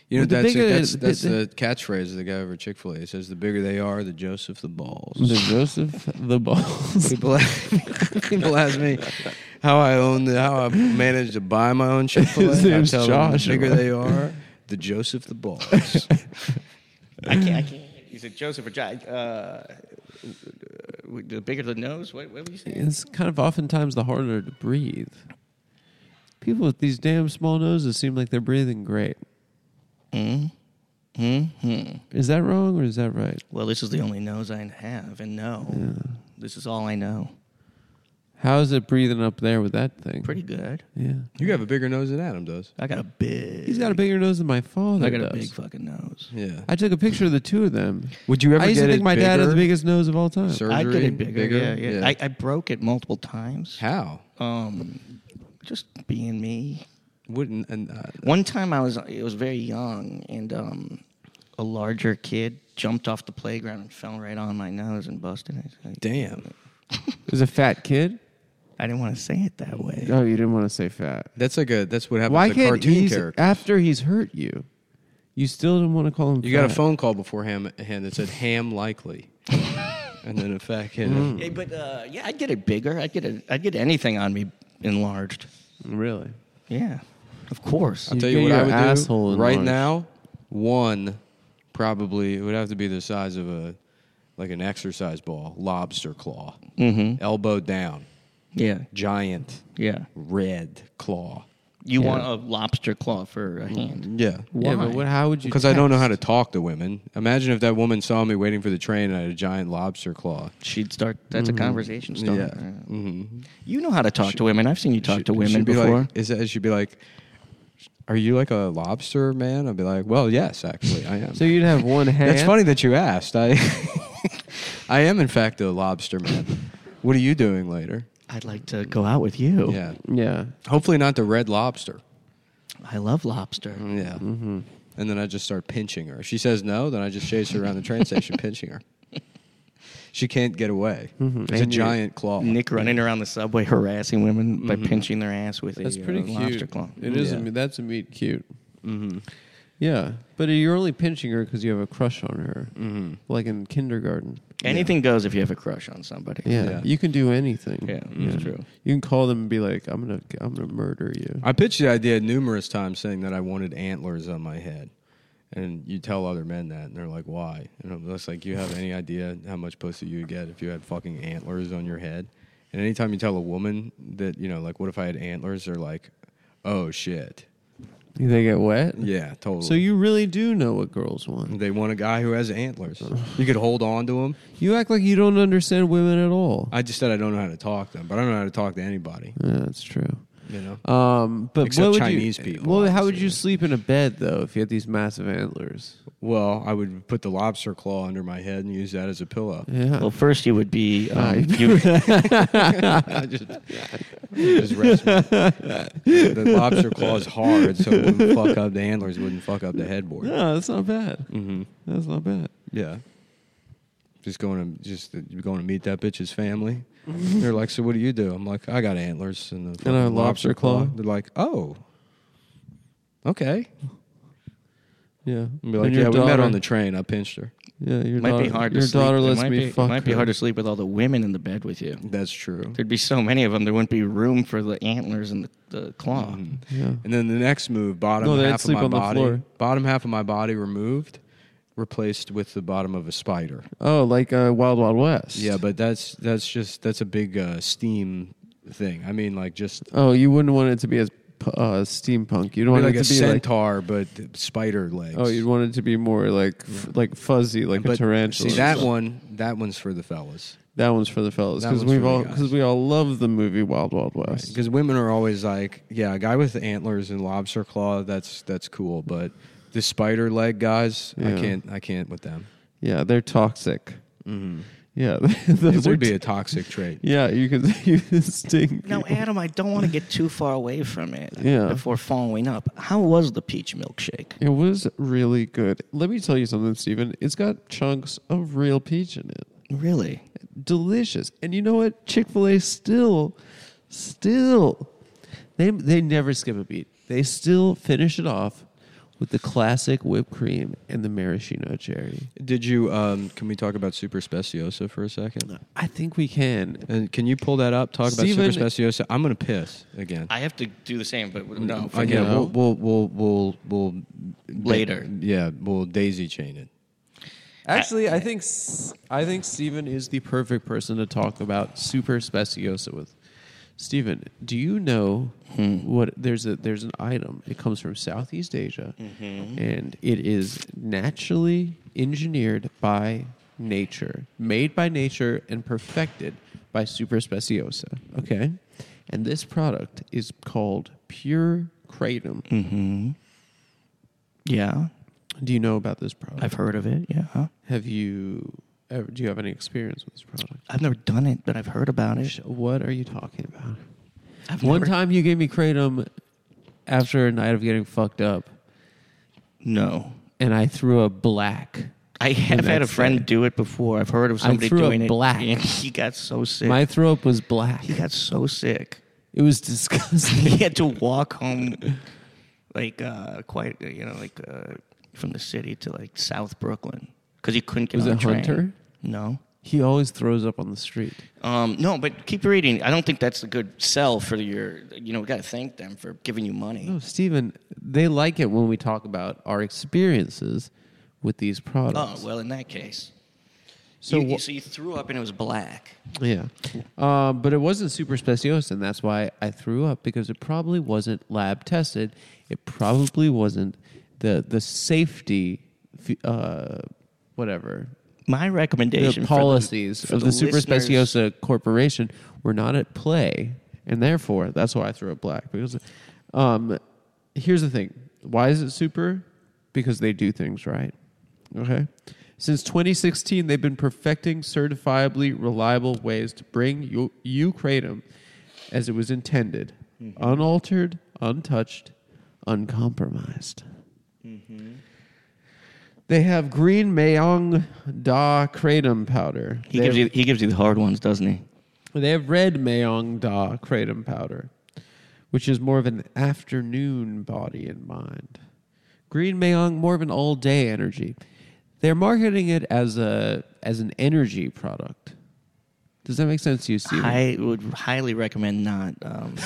Speaker 2: You know
Speaker 1: The
Speaker 2: that's
Speaker 1: bigger-
Speaker 2: it. that's,
Speaker 1: the-
Speaker 2: that's
Speaker 1: the-
Speaker 2: the catchphrase of the guy over Chick Fil A. He says, "The bigger they are, the Joseph the balls."
Speaker 1: The Joseph the balls.
Speaker 2: people, people ask me how I own the, how I managed to buy my own Chick Fil A.
Speaker 1: His
Speaker 2: I
Speaker 1: name's
Speaker 2: tell them, the
Speaker 1: Joshua.
Speaker 2: bigger they are, the Joseph the balls.
Speaker 3: I can't. I can't. Is it Joseph or John? Uh, the bigger the nose. What, what were you saying?
Speaker 1: it's kind of oftentimes the harder to breathe. People with these damn small noses seem like they're breathing great.
Speaker 3: Mm-hmm.
Speaker 1: Is that wrong or is that right?
Speaker 3: Well, this is the only nose I have, and no, This is all I know.
Speaker 1: How's it breathing up there with that thing?
Speaker 3: Pretty good.
Speaker 1: Yeah.
Speaker 2: You have a bigger nose than Adam does.
Speaker 3: I got a big.
Speaker 1: He's got a bigger nose than my father.
Speaker 3: I got a
Speaker 1: does.
Speaker 3: big fucking nose.
Speaker 2: Yeah.
Speaker 1: I took a picture of the two of them.
Speaker 2: Would you ever
Speaker 1: I used
Speaker 2: get
Speaker 1: to think
Speaker 2: it
Speaker 1: my dad had the
Speaker 2: bigger?
Speaker 1: biggest nose of all time.
Speaker 2: Surgery?
Speaker 3: I get it bigger. Yeah, yeah.
Speaker 2: yeah.
Speaker 3: I, I broke it multiple times.
Speaker 2: How?
Speaker 3: Um, just being me.
Speaker 2: Wouldn't and uh,
Speaker 3: One time I was it was very young and um, a larger kid jumped off the playground and fell right on my nose and busted it. I,
Speaker 2: damn.
Speaker 1: It was a fat kid.
Speaker 3: I didn't want to say it that way.
Speaker 1: Oh, you didn't want to say fat.
Speaker 2: That's like a that's what happens
Speaker 1: Why
Speaker 2: to
Speaker 1: can't
Speaker 2: cartoon
Speaker 1: he?
Speaker 2: characters.
Speaker 1: After he's hurt you, you still didn't want to call him.
Speaker 2: You got a
Speaker 1: fat.
Speaker 2: phone call beforehand hand that said ham likely. and then a fat kid.
Speaker 3: Yeah, but uh, yeah, I'd get it bigger. I'd get it. I'd get anything on me enlarged.
Speaker 1: Really?
Speaker 3: Yeah, of course.
Speaker 2: I'll
Speaker 1: You
Speaker 2: tell you
Speaker 1: get
Speaker 2: what I
Speaker 1: your
Speaker 2: would
Speaker 1: asshole
Speaker 2: do right
Speaker 1: enlarged.
Speaker 2: now. One probably it would have to be the size of a like an exercise ball, lobster claw, mm-hmm. elbow down,
Speaker 3: Yeah,
Speaker 2: giant
Speaker 3: yeah.
Speaker 2: red claw.
Speaker 3: You
Speaker 1: Yeah.
Speaker 3: want a lobster claw for
Speaker 2: Mm-hmm.
Speaker 3: a hand?
Speaker 2: Yeah,
Speaker 1: Yeah, but
Speaker 3: Why?
Speaker 1: what, how would you?
Speaker 2: because I don't know how to
Speaker 1: text?
Speaker 2: talk to women. Imagine if that woman saw me waiting for the train and I had a giant lobster claw.
Speaker 3: She'd start. That's a conversation starter.
Speaker 2: Mm-hmm. Yeah. Mm-hmm.
Speaker 3: You know how to talk to women. I've seen you talk to women
Speaker 2: she'd be
Speaker 3: before.
Speaker 2: Like, is that, she'd be like, "Are you like a lobster man?" I'd be like, "Well, yes, actually, I am."
Speaker 1: So you'd have one hand.
Speaker 2: That's funny that you asked. I, I am in fact a lobster man. What are you doing later?
Speaker 3: I'd like to go out with you.
Speaker 2: Yeah.
Speaker 1: Yeah.
Speaker 2: Hopefully not the red lobster.
Speaker 3: I love lobster.
Speaker 2: Yeah. Mm-hmm. And then I just start pinching her. If she says no, then I just chase her around the train station pinching her. She can't get away. It's a
Speaker 1: And you-
Speaker 2: giant claw.
Speaker 3: Mm-hmm. Nick running around the subway harassing women by
Speaker 2: Mm-hmm.
Speaker 3: pinching their ass with
Speaker 1: That's
Speaker 3: a
Speaker 1: pretty
Speaker 3: uh, lobster
Speaker 1: cute.
Speaker 3: claw.
Speaker 1: It is.
Speaker 2: Yeah.
Speaker 1: A, me- that's a meat cute. Mm-hmm. Yeah, but you're only pinching her because you have a crush on her, mm-hmm. like in kindergarten.
Speaker 3: Anything goes if you have a crush on somebody.
Speaker 1: Yeah.
Speaker 2: Yeah. Mm-hmm.
Speaker 1: you can do anything.
Speaker 3: Yeah, that's true.
Speaker 1: You can call them and be like, "I'm gonna, I'm gonna murder you."
Speaker 2: I pitched the idea numerous times saying that I wanted antlers on my head. And you tell other men that, and they're like, why? And I'm just like, you have any idea how much pussy you would get if you had fucking antlers on your head? And anytime you tell a woman that, you know, like, what if I had antlers? They're like, oh shit.
Speaker 1: You think it wet?
Speaker 2: Yeah, totally.
Speaker 1: So you really do know what girls want.
Speaker 2: they want a guy who has antlers. You could hold on to him.
Speaker 1: You act like you don't understand women at all.
Speaker 2: I just said I don't know how to talk to them, but I don't know how to talk to anybody,
Speaker 1: yeah, that's true.
Speaker 2: you know?
Speaker 1: Um, but
Speaker 2: Except
Speaker 1: what would
Speaker 2: Chinese
Speaker 1: you,
Speaker 2: people,
Speaker 1: Well, how would
Speaker 2: obviously.
Speaker 1: you sleep in a bed though if you had these massive antlers?
Speaker 2: Well, I would put the lobster claw under my head and use that as a pillow.
Speaker 1: Yeah.
Speaker 3: Well, first you would be.
Speaker 1: Ah,
Speaker 3: Um, you,
Speaker 2: I just, just rest me. the lobster claw is hard, so it wouldn't fuck up the antlers, wouldn't fuck up the headboard.
Speaker 1: no, that's not bad.
Speaker 2: hmm
Speaker 1: That's not bad.
Speaker 2: Yeah. Just going to just uh, going to meet that bitch's family. They're like, so what do you do? I'm like, I got antlers and, the
Speaker 1: And a
Speaker 2: fucking
Speaker 1: lobster claw."
Speaker 2: They're like, oh, okay.
Speaker 1: Yeah.
Speaker 2: And be like,
Speaker 1: And
Speaker 2: yeah,
Speaker 1: your
Speaker 2: we met
Speaker 1: daughter-
Speaker 2: on the train. I pinched her.
Speaker 1: Yeah, your
Speaker 3: might
Speaker 1: daughter,
Speaker 3: be hard
Speaker 1: your
Speaker 3: to sleep.
Speaker 1: daughter
Speaker 3: It
Speaker 1: lets
Speaker 3: might
Speaker 1: me
Speaker 3: be, it
Speaker 1: fuck.
Speaker 3: might be
Speaker 1: her.
Speaker 3: hard to sleep with all the women in the bed with you.
Speaker 2: That's true.
Speaker 3: There'd be so many of them. There wouldn't be room for the antlers and the, the claw.
Speaker 1: Yeah.
Speaker 2: And then the next move, bottom
Speaker 1: No, they'd
Speaker 2: half of
Speaker 1: sleep
Speaker 2: my
Speaker 1: on the
Speaker 2: body,
Speaker 1: floor.
Speaker 2: bottom half of my body removed, replaced with the bottom of a spider.
Speaker 1: Oh, like uh, Wild Wild West.
Speaker 2: Yeah, but that's that's just that's a big uh, steam thing. I mean, like just
Speaker 1: Oh, you wouldn't want it to be as pu- uh, steampunk. You'd want
Speaker 2: like
Speaker 1: it
Speaker 2: a
Speaker 1: to be like.
Speaker 2: centaur, but spider legs.
Speaker 1: Oh, you'd want it to be more like f- like fuzzy, like
Speaker 2: but
Speaker 1: a tarantula.
Speaker 2: See
Speaker 1: or
Speaker 2: that
Speaker 1: something.
Speaker 2: one? That one's for the fellas
Speaker 1: That one's for the fellas
Speaker 2: That
Speaker 1: because
Speaker 2: one's
Speaker 1: we've
Speaker 2: for the
Speaker 1: all
Speaker 2: guys.
Speaker 1: because we all love the movie Wild Wild West.
Speaker 2: because women are always like, yeah, a guy with antlers and lobster claw. That's that's cool, but the spider leg guys, I
Speaker 1: Yeah.
Speaker 2: can't, I can't with them.
Speaker 1: Yeah, they're toxic.
Speaker 2: Mm-hmm.
Speaker 1: Yeah,
Speaker 2: It
Speaker 1: those are
Speaker 2: would be
Speaker 1: t-
Speaker 2: a toxic trait.
Speaker 1: yeah, you could you could sting.
Speaker 3: Now,
Speaker 1: people.
Speaker 3: Adam, I don't want to get too far away from it
Speaker 1: Yeah.
Speaker 3: before following up. How was the peach milkshake?
Speaker 1: It was really good. Let me tell you something, Stephen. It's got chunks of real peach in it.
Speaker 3: Really?
Speaker 1: delicious. And you know what? Chick Fil A still, still, they they never skip a beat. They still finish it off with the classic whipped cream and the maraschino cherry.
Speaker 2: Did you? Um, can we talk about super speciosa for a second?
Speaker 1: I think we can.
Speaker 2: And can you pull that up? Talk about
Speaker 1: Steven-
Speaker 2: super speciosa. I'm gonna piss again.
Speaker 3: I have to do the same, but
Speaker 1: Mm-hmm.
Speaker 3: no.
Speaker 2: No, yeah,
Speaker 1: now.
Speaker 2: we'll, we'll we'll we'll we'll
Speaker 3: Later.
Speaker 2: Yeah, we'll daisy chain it.
Speaker 1: Actually, I think S- I think Steven is the perfect person to talk about super speciosa with. Steven, do you know what there's a there's an item. It comes from Southeast Asia and it is naturally engineered by nature, made by nature and perfected by Super Speciosa. Okay? And this product is called Pure Kratom.
Speaker 3: Yeah.
Speaker 1: Do you know about this product?
Speaker 3: I've heard of it. Yeah.
Speaker 1: Have you ever, do you have any experience with this product?
Speaker 3: I've never done it, but I've heard about it.
Speaker 1: What are you talking about?
Speaker 3: I've
Speaker 1: One
Speaker 3: never-
Speaker 1: time you gave me kratom after a night of getting fucked up,
Speaker 3: No.
Speaker 1: and I threw a black.
Speaker 3: I have had a
Speaker 1: next
Speaker 3: friend
Speaker 1: day.
Speaker 3: do it before. I've heard of somebody
Speaker 1: threw a
Speaker 3: doing it.
Speaker 1: black.
Speaker 3: and he got so sick.
Speaker 1: My throw up was black.
Speaker 3: he got so sick.
Speaker 1: It was disgusting.
Speaker 3: he had to walk home, like uh, quite uh, you know, like uh, from the city to like South Brooklyn because he couldn't get
Speaker 1: Was
Speaker 3: on
Speaker 1: it
Speaker 3: the train.
Speaker 1: Hunter?
Speaker 3: No.
Speaker 1: He always throws up on the street.
Speaker 3: Um, no, but keep reading. I don't think that's a good sell for your. You know, we got to thank them for giving you money.
Speaker 1: No, Steven, they like it when we talk about our experiences with these
Speaker 3: Oh
Speaker 1: products.
Speaker 3: well, in that case,
Speaker 1: So
Speaker 3: so you,
Speaker 1: wha-
Speaker 3: so you threw up and it was black.
Speaker 1: Yeah. Uh, but it wasn't super speciosa, and that's why I threw up because it probably wasn't lab tested. It probably wasn't the the safety, f- uh, whatever.
Speaker 3: My recommendation
Speaker 1: The policies
Speaker 3: for the, for
Speaker 1: of the, Super
Speaker 3: listeners-
Speaker 1: Speciosa Corporation were not at play, and therefore that's why I threw up black. Because, um, here's the thing: why is it super? Because they do things right. Okay. Since 2016, they've been perfecting certifiably reliable ways to bring you, you kratom as it was intended, unaltered, untouched, uncompromised. They have green Mayong Da kratom powder.
Speaker 3: He
Speaker 1: They
Speaker 3: gives
Speaker 1: have-
Speaker 3: you he gives you the hard ones, doesn't he?
Speaker 1: they have red Mayong Da kratom powder, which is more of an afternoon body and mind. Green Mayong, more of an all day energy. They're marketing it as a as an energy product. Does that make sense to you, Steve?
Speaker 3: I would highly recommend not um,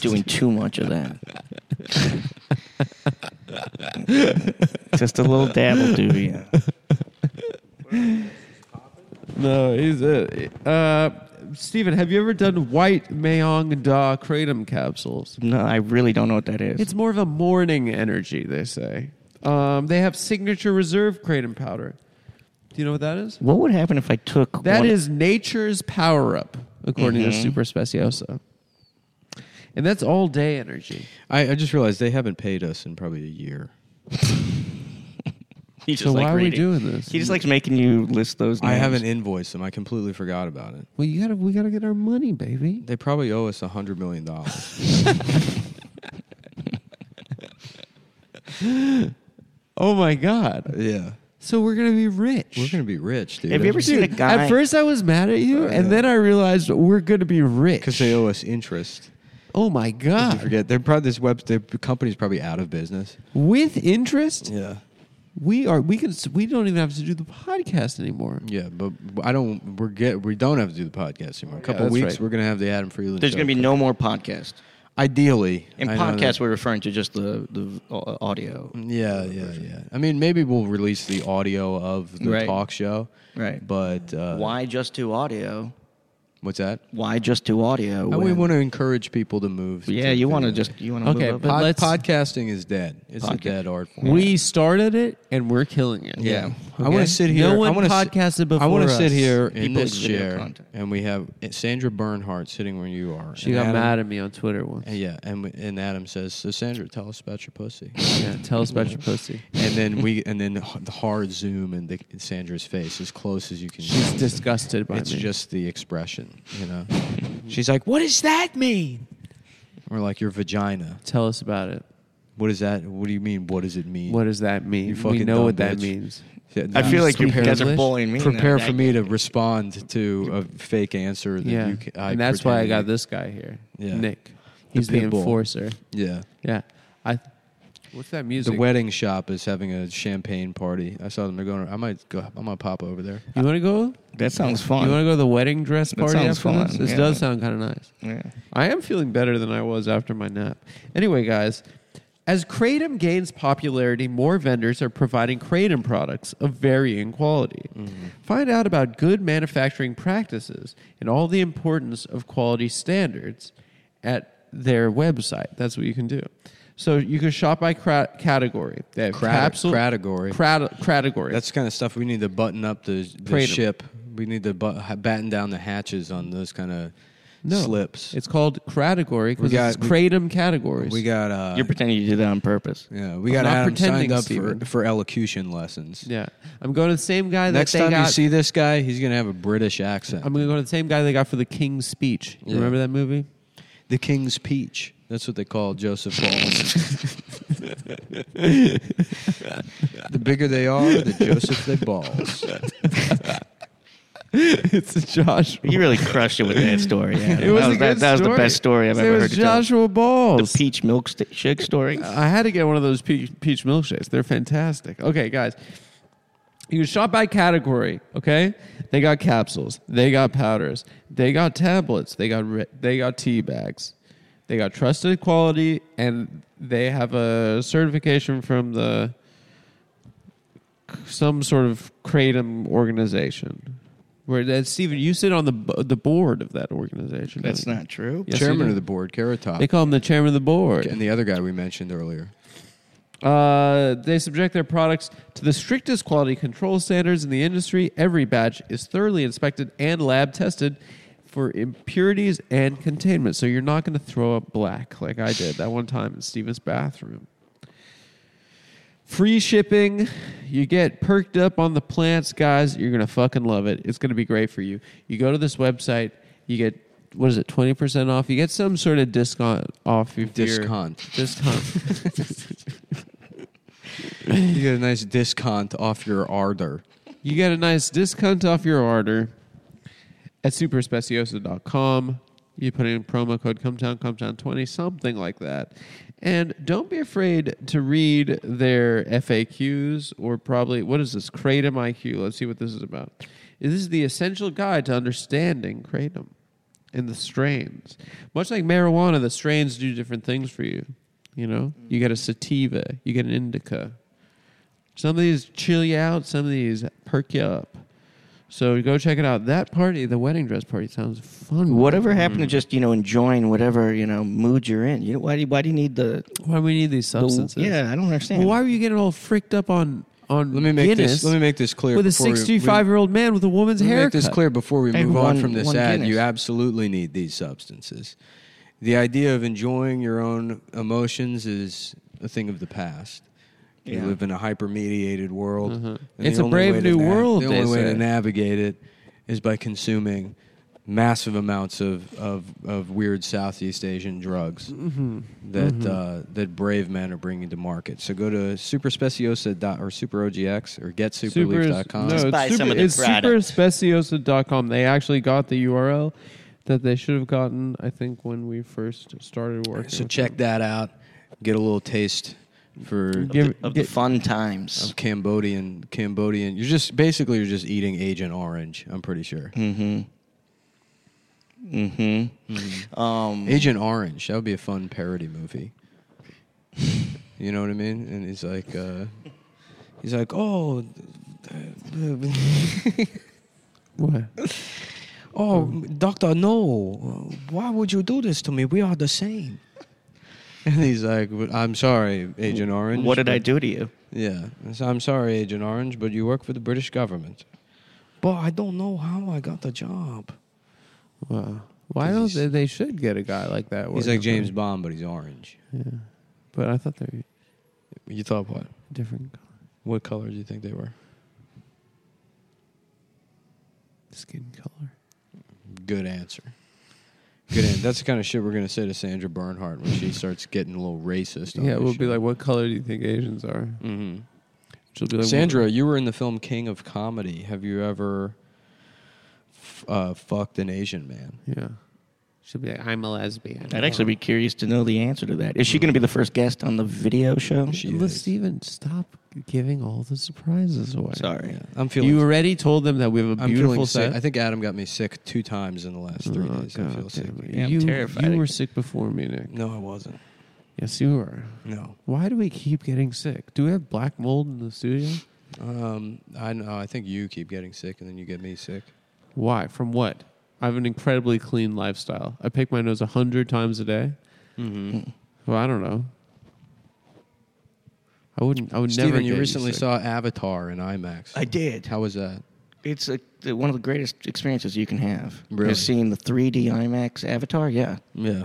Speaker 3: doing too much of that. Just a little dab will do you.
Speaker 1: No, he's a. Uh, Steven, have you ever done white Mayong Da kratom capsules?
Speaker 3: No, I really don't know what that is.
Speaker 1: It's more of a morning energy, they say. Um, they have signature reserve kratom powder. Do you know what that is?
Speaker 3: what would happen if I took
Speaker 1: That
Speaker 3: one-
Speaker 1: is nature's power up, according to Super Speciosa. And that's all day energy.
Speaker 2: I, I just realized they haven't paid us in probably a year.
Speaker 3: He just
Speaker 1: so
Speaker 3: likes
Speaker 1: why are we
Speaker 3: reading.
Speaker 1: doing this?
Speaker 3: He just likes making you list those. Names.
Speaker 2: I haven't invoiced them. I completely forgot about it.
Speaker 1: Well, you gotta we gotta get our money, baby.
Speaker 2: They probably owe us a hundred million dollars.
Speaker 1: Oh my god!
Speaker 2: yeah,
Speaker 1: So we're gonna be rich.
Speaker 2: we're gonna be rich, dude.
Speaker 3: Have you ever seen a
Speaker 1: Dude,
Speaker 3: guy?
Speaker 1: at first I was mad at you, and then I realized we're gonna be rich.
Speaker 2: Because they owe us interest.
Speaker 1: oh my
Speaker 2: You
Speaker 1: god!
Speaker 2: forget they're probably this web. The company's probably out of business.
Speaker 1: With interest,
Speaker 2: Yeah,
Speaker 1: we are we can s- we don't even have to do the podcast anymore.
Speaker 2: yeah, but I don't. We're get. We don't have to do the podcast anymore. A couple
Speaker 1: that's
Speaker 2: weeks,
Speaker 1: right.
Speaker 2: we're gonna have the Adam Freeland.
Speaker 3: There's
Speaker 2: show.
Speaker 3: going to be no more podcast.
Speaker 2: ideally
Speaker 3: In
Speaker 2: I know that-
Speaker 3: podcast, we're referring to just the the au- audio.
Speaker 2: Yeah, yeah, yeah. I mean, maybe we'll release the audio of the
Speaker 3: Right.
Speaker 2: talk show.
Speaker 3: Right.
Speaker 2: But uh,
Speaker 3: Why just do audio?
Speaker 2: What's that?
Speaker 3: Why just do audio?
Speaker 2: And we
Speaker 3: when-
Speaker 2: want to encourage people to move.
Speaker 3: yeah,
Speaker 2: to
Speaker 3: you want to
Speaker 2: video.
Speaker 3: just you want to
Speaker 1: Okay,
Speaker 3: move over.
Speaker 1: but
Speaker 2: Pod-
Speaker 1: let's-
Speaker 2: podcasting is dead. It's a
Speaker 3: Podca-
Speaker 2: dead art form.
Speaker 1: We started it, and we're killing it.
Speaker 2: Yeah. I
Speaker 1: Okay?
Speaker 2: want to sit here.
Speaker 1: No one
Speaker 2: I wanna sit-
Speaker 1: podcasted before
Speaker 2: I wanna
Speaker 1: us.
Speaker 2: sit here in
Speaker 3: People
Speaker 2: this
Speaker 3: with video
Speaker 2: chair,
Speaker 3: content.
Speaker 2: and we have Sandra Bernhardt sitting where you are.
Speaker 1: She
Speaker 2: And
Speaker 1: got
Speaker 2: Adam-
Speaker 1: mad at me on Twitter once.
Speaker 2: and yeah, and we- and Adam says, "So Sandra, tell us about your pussy."
Speaker 1: Yeah, tell us about your pussy.
Speaker 2: and then we, and then the hard zoom in, the, in Sandra's face as close as you can.
Speaker 1: She's
Speaker 2: get.
Speaker 1: disgusted by
Speaker 2: It's
Speaker 1: me.
Speaker 2: just the expression, you know. She's like, "What does that mean?" Or like your vagina.
Speaker 1: tell us about it.
Speaker 2: What is that? What do you mean? What does it mean?
Speaker 1: What does that mean?
Speaker 2: You
Speaker 1: we
Speaker 2: fucking
Speaker 1: know
Speaker 2: dumb
Speaker 1: what that
Speaker 2: bitch.
Speaker 1: means.
Speaker 2: Yeah,
Speaker 3: I
Speaker 2: now
Speaker 3: feel like
Speaker 2: just
Speaker 3: you
Speaker 1: Prepare
Speaker 3: guys are
Speaker 1: English?
Speaker 3: bullying me. now.
Speaker 2: prepare for
Speaker 3: That-
Speaker 2: me to respond to a fake answer that
Speaker 1: Yeah,
Speaker 2: you can, I
Speaker 1: and that's why I got
Speaker 2: pretend-
Speaker 1: this guy here,
Speaker 2: Yeah.
Speaker 1: Nick.
Speaker 2: The
Speaker 1: He's the,
Speaker 2: pit bull.
Speaker 1: enforcer.
Speaker 2: Yeah.
Speaker 1: Yeah, I. What's that music?
Speaker 2: The wedding shop is having a champagne party. I saw them. They're going. I might go. I'm gonna pop over there.
Speaker 1: you want to go?
Speaker 3: That sounds
Speaker 1: You want
Speaker 3: fun.
Speaker 1: to go to the wedding dress party
Speaker 3: sounds
Speaker 1: after
Speaker 3: fun,
Speaker 1: this? This
Speaker 3: yeah.
Speaker 1: does sound kind of nice.
Speaker 3: Yeah.
Speaker 1: I am feeling better than I was after my nap. Anyway, guys, as Kratom gains popularity, more vendors are providing Kratom products of varying quality.
Speaker 3: Mm-hmm.
Speaker 1: Find out about good manufacturing practices and all the importance of quality standards at their website. That's what you can do. So you can shop by cra- category. They have
Speaker 2: Crati-
Speaker 1: capsule
Speaker 2: category.
Speaker 1: crat- category.
Speaker 2: That's the kind of stuff we need to button up the, the
Speaker 1: Kratom.
Speaker 2: ship. We need to bu- batten down the hatches on those kind of slips.
Speaker 1: It's called category because
Speaker 2: We
Speaker 1: it's
Speaker 2: got-
Speaker 1: kratom categories.
Speaker 2: we got uh,
Speaker 3: You're pretending you did that on purpose.
Speaker 2: yeah, we
Speaker 1: I'm
Speaker 2: got
Speaker 1: not
Speaker 2: Adam
Speaker 1: pretending,
Speaker 2: signed up for,
Speaker 1: Steven.
Speaker 2: for elocution lessons.
Speaker 1: yeah, I'm going to the same guy that
Speaker 2: Next
Speaker 1: they
Speaker 2: time
Speaker 1: got. Um,
Speaker 2: you see this guy, he's gonna have a British accent.
Speaker 1: I'm going to go to the same guy they got for the King's Speech. You
Speaker 2: Yeah.
Speaker 1: remember that movie?
Speaker 2: the King's Peach. That's what they call Joseph Balls. the bigger they are, the Joseph they balls.
Speaker 1: it's Josh.
Speaker 3: You really crushed it with that story. Adam.
Speaker 1: It was
Speaker 3: that,
Speaker 1: a good
Speaker 3: that, that was the best story I've
Speaker 1: It
Speaker 3: ever
Speaker 1: was
Speaker 3: heard. you tell.
Speaker 1: Joshua Balls.
Speaker 3: The peach milkshake story.
Speaker 1: I had to get one of those peach, peach milkshakes. They're fantastic. Okay, guys. You can shop by category, okay? They got capsules, they got powders, they got tablets, they got ri- they got tea bags. They got trusted quality and they have a certification from the some sort of kratom organization. Where that Steven, you sit on the bo- the board of that organization.
Speaker 3: That's not true.
Speaker 1: Yes, you
Speaker 2: Chairman
Speaker 1: do.
Speaker 2: of the board, Carrot Top,
Speaker 1: They call him the chairman of the board.
Speaker 2: and the other guy we mentioned earlier.
Speaker 1: Uh, they subject their products to the strictest quality control standards in the industry. Every batch is thoroughly inspected and lab tested for impurities and containment. So you're not going to throw up black like I did that one time in Steven's bathroom. Free shipping. You get perked up on the plants, guys. You're going to fucking love it. It's going to be great for you. You go to this website, you get, what is it, 20% off? You get some sort of discount off your
Speaker 2: Discount.
Speaker 1: Discount.
Speaker 2: You get a nice discount off your ardor.
Speaker 1: You get a nice discount off your order at superspeciosa.com. You put in promo code Cometown, Cometown20, something like that. And don't be afraid to read their FAQs or probably, what is this? Kratom IQ. Let's see what this is about. This is the essential guide to understanding Kratom and the strains. Much like marijuana, the strains do different things for you. You know, you get a sativa, you get an indica, some of these chill you out, some of these perk you up. So go check it out. That party, the wedding dress party, sounds fun.
Speaker 3: Whatever happened to just you know enjoying whatever you know mood you're in? You know, why do you, why do you need the,
Speaker 1: Why do we need these
Speaker 3: the
Speaker 1: substances?
Speaker 3: yeah? I don't understand.
Speaker 1: Well, why were you getting all fricked up on on
Speaker 2: Let me make
Speaker 1: Guinness
Speaker 2: this. Let me make this clear.
Speaker 1: with a
Speaker 2: before we- we-
Speaker 1: sixty-five-year-old man with a woman's
Speaker 2: Let me
Speaker 1: haircut?
Speaker 2: make this clear before we
Speaker 3: And
Speaker 2: move on
Speaker 3: one-
Speaker 2: from this
Speaker 3: one
Speaker 2: ad. You
Speaker 3: Guinness.
Speaker 2: absolutely need these substances. The idea of enjoying your own emotions is a thing of the past. We
Speaker 3: Yeah.
Speaker 2: live in a hyper-mediated world. and the
Speaker 1: Mm-hmm. It's a
Speaker 2: only
Speaker 1: brave
Speaker 2: way to
Speaker 1: new world,
Speaker 2: The
Speaker 1: they
Speaker 2: only way
Speaker 1: say.
Speaker 2: to navigate it is by consuming massive amounts of, of, of weird Southeast Asian drugs
Speaker 1: Mm-hmm.
Speaker 2: that Uh, that brave men are bringing to market. So go to superspeciosa dot or superogx or
Speaker 1: Super, no,
Speaker 2: getsuperleaf.com.
Speaker 1: it's,
Speaker 3: buy
Speaker 1: super,
Speaker 3: some of the
Speaker 1: it's
Speaker 3: product.
Speaker 1: superspeciosa.com. They actually got the URL that they should have gotten, I think, when we first started working.
Speaker 2: So
Speaker 1: with
Speaker 2: check that out. Get a little taste for
Speaker 1: Give-
Speaker 3: of the fun times?
Speaker 2: of Cambodian Cambodian. You're just basically you're just eating Agent Orange. I'm pretty sure.
Speaker 3: Mm-hmm. Um,
Speaker 2: Agent Orange. That would be a fun parody movie. you know what I mean? And he's like, uh, he's like, oh,
Speaker 1: them. What?
Speaker 2: oh, Doctor, no! Why would you do this to me? We are the same. And he's like, "But I'm sorry, Agent Orange.
Speaker 3: what did I
Speaker 2: but-
Speaker 3: do to you?
Speaker 2: Yeah. I said, I'm sorry, Agent Orange, but you work for the British government. But I don't know how I got the job.
Speaker 1: Wow. Why don't they? They should get a guy like that.
Speaker 2: He's
Speaker 1: working
Speaker 2: like
Speaker 1: for
Speaker 2: James
Speaker 1: them.
Speaker 2: Bond, but he's orange.
Speaker 1: Yeah, but I thought they were
Speaker 2: You thought what?
Speaker 1: different color.
Speaker 2: What color do you think they were?
Speaker 1: skin color.
Speaker 2: Good answer. Good answer. That's the kind of shit we're going to say to Sandra Bernhardt when she starts getting a little racist.
Speaker 1: yeah, we'll be like, what color do you think Asians are?
Speaker 2: hmm
Speaker 1: She'll be like,
Speaker 2: Sandra, you were in the film King of Comedy. Have you ever f- uh, fucked an Asian man?
Speaker 1: Yeah. She'll be like, I'm a lesbian.
Speaker 3: I'd actually be curious to know the answer to that. Is she going to be the first guest on the video show?
Speaker 2: She
Speaker 1: Let's
Speaker 2: is.
Speaker 1: Steven, stop giving all the surprises away.
Speaker 3: Sorry.
Speaker 2: I'm feeling
Speaker 1: You already told them that we have a
Speaker 2: I'm feeling
Speaker 1: beautiful
Speaker 2: sick.
Speaker 1: set.
Speaker 2: I think Adam got me sick two times in the last three
Speaker 1: Oh,
Speaker 2: days. I
Speaker 1: God
Speaker 2: feel sick.
Speaker 1: damn it.
Speaker 2: again.
Speaker 3: Yeah, I'm
Speaker 1: you,
Speaker 3: terrified.
Speaker 1: You were sick before me, Nick.
Speaker 2: No, I wasn't.
Speaker 1: Yes, you were.
Speaker 2: No.
Speaker 1: Why do we keep getting sick? Do we have black mold in the studio?
Speaker 2: Um, I know. I think you keep getting sick, and then you get me sick.
Speaker 1: Why? From what? I have an incredibly clean lifestyle. I pick my nose a hundred times a day.
Speaker 2: Mm-hmm.
Speaker 1: Well, I don't know. I wouldn't. I would
Speaker 2: Steven,
Speaker 1: never.
Speaker 2: you
Speaker 1: get
Speaker 2: recently
Speaker 1: sick.
Speaker 2: saw Avatar in IMAX.
Speaker 3: I did.
Speaker 2: How was that?
Speaker 3: It's like the- one of the greatest experiences you can have.
Speaker 2: Really?
Speaker 3: You're seeing the 3D IMAX Avatar. Yeah,
Speaker 2: Yeah.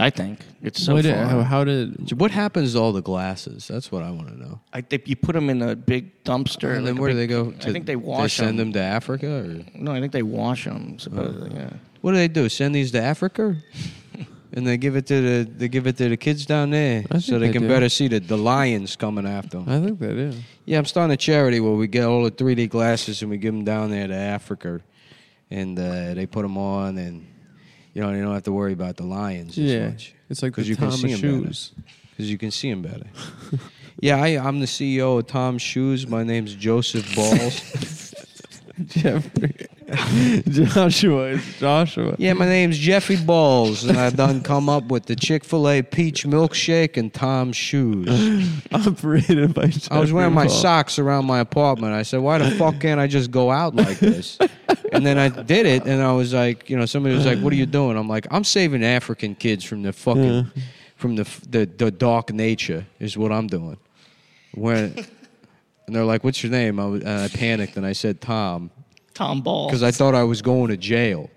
Speaker 3: I think it's so
Speaker 1: Wait,
Speaker 3: far.
Speaker 1: how, how did?
Speaker 2: What happens to all the glasses? That's what I want to know.
Speaker 3: I think you put them in a big dumpster.
Speaker 2: and
Speaker 3: like
Speaker 2: then
Speaker 3: a
Speaker 2: where do they
Speaker 3: big-
Speaker 2: go? To,
Speaker 3: I think they wash
Speaker 2: They send them
Speaker 3: 'em.
Speaker 2: to Africa, or
Speaker 3: No, I think they wash them. Supposedly, yeah.
Speaker 2: what do they do? Send these to Africa, and they give it to the they give it to the kids down there,
Speaker 1: I
Speaker 2: so
Speaker 1: think
Speaker 2: they,
Speaker 1: they
Speaker 2: can
Speaker 1: do.
Speaker 2: better see the, the lions coming after them.
Speaker 1: I think that yeah.
Speaker 2: Yeah, I'm starting a charity where we get all the 3D glasses and we give them down there to Africa, and uh, they put them on, and you know they don't have to worry about the lions as
Speaker 1: Yeah,
Speaker 2: much.
Speaker 1: it's like the
Speaker 2: 'Cause
Speaker 1: Tom
Speaker 2: them
Speaker 1: shoes.
Speaker 2: because you can see them better. yeah, I, I'm the CEO of Tom Shoes. My name's Joseph Balls.
Speaker 1: Jeffrey, Joshua, it's Joshua.
Speaker 2: yeah, my name's Jeffy Balls, and I done come up with the Chick Fil A peach milkshake and Tom Shoes.
Speaker 1: Operated by. Jeffrey
Speaker 2: I was wearing my
Speaker 1: Ball.
Speaker 2: socks around my apartment. I said, "Why the fuck can't I just go out like this?" and then I did it, and I was like, you know, somebody was like, "What are you doing?" I'm like, "I'm saving African kids from the fucking, from the, f- the the dark nature is what I'm doing." When and they're like, "What's your name?" I, was, and I panicked and I said Tom
Speaker 3: Tom Ball.
Speaker 2: because I thought I was going to jail,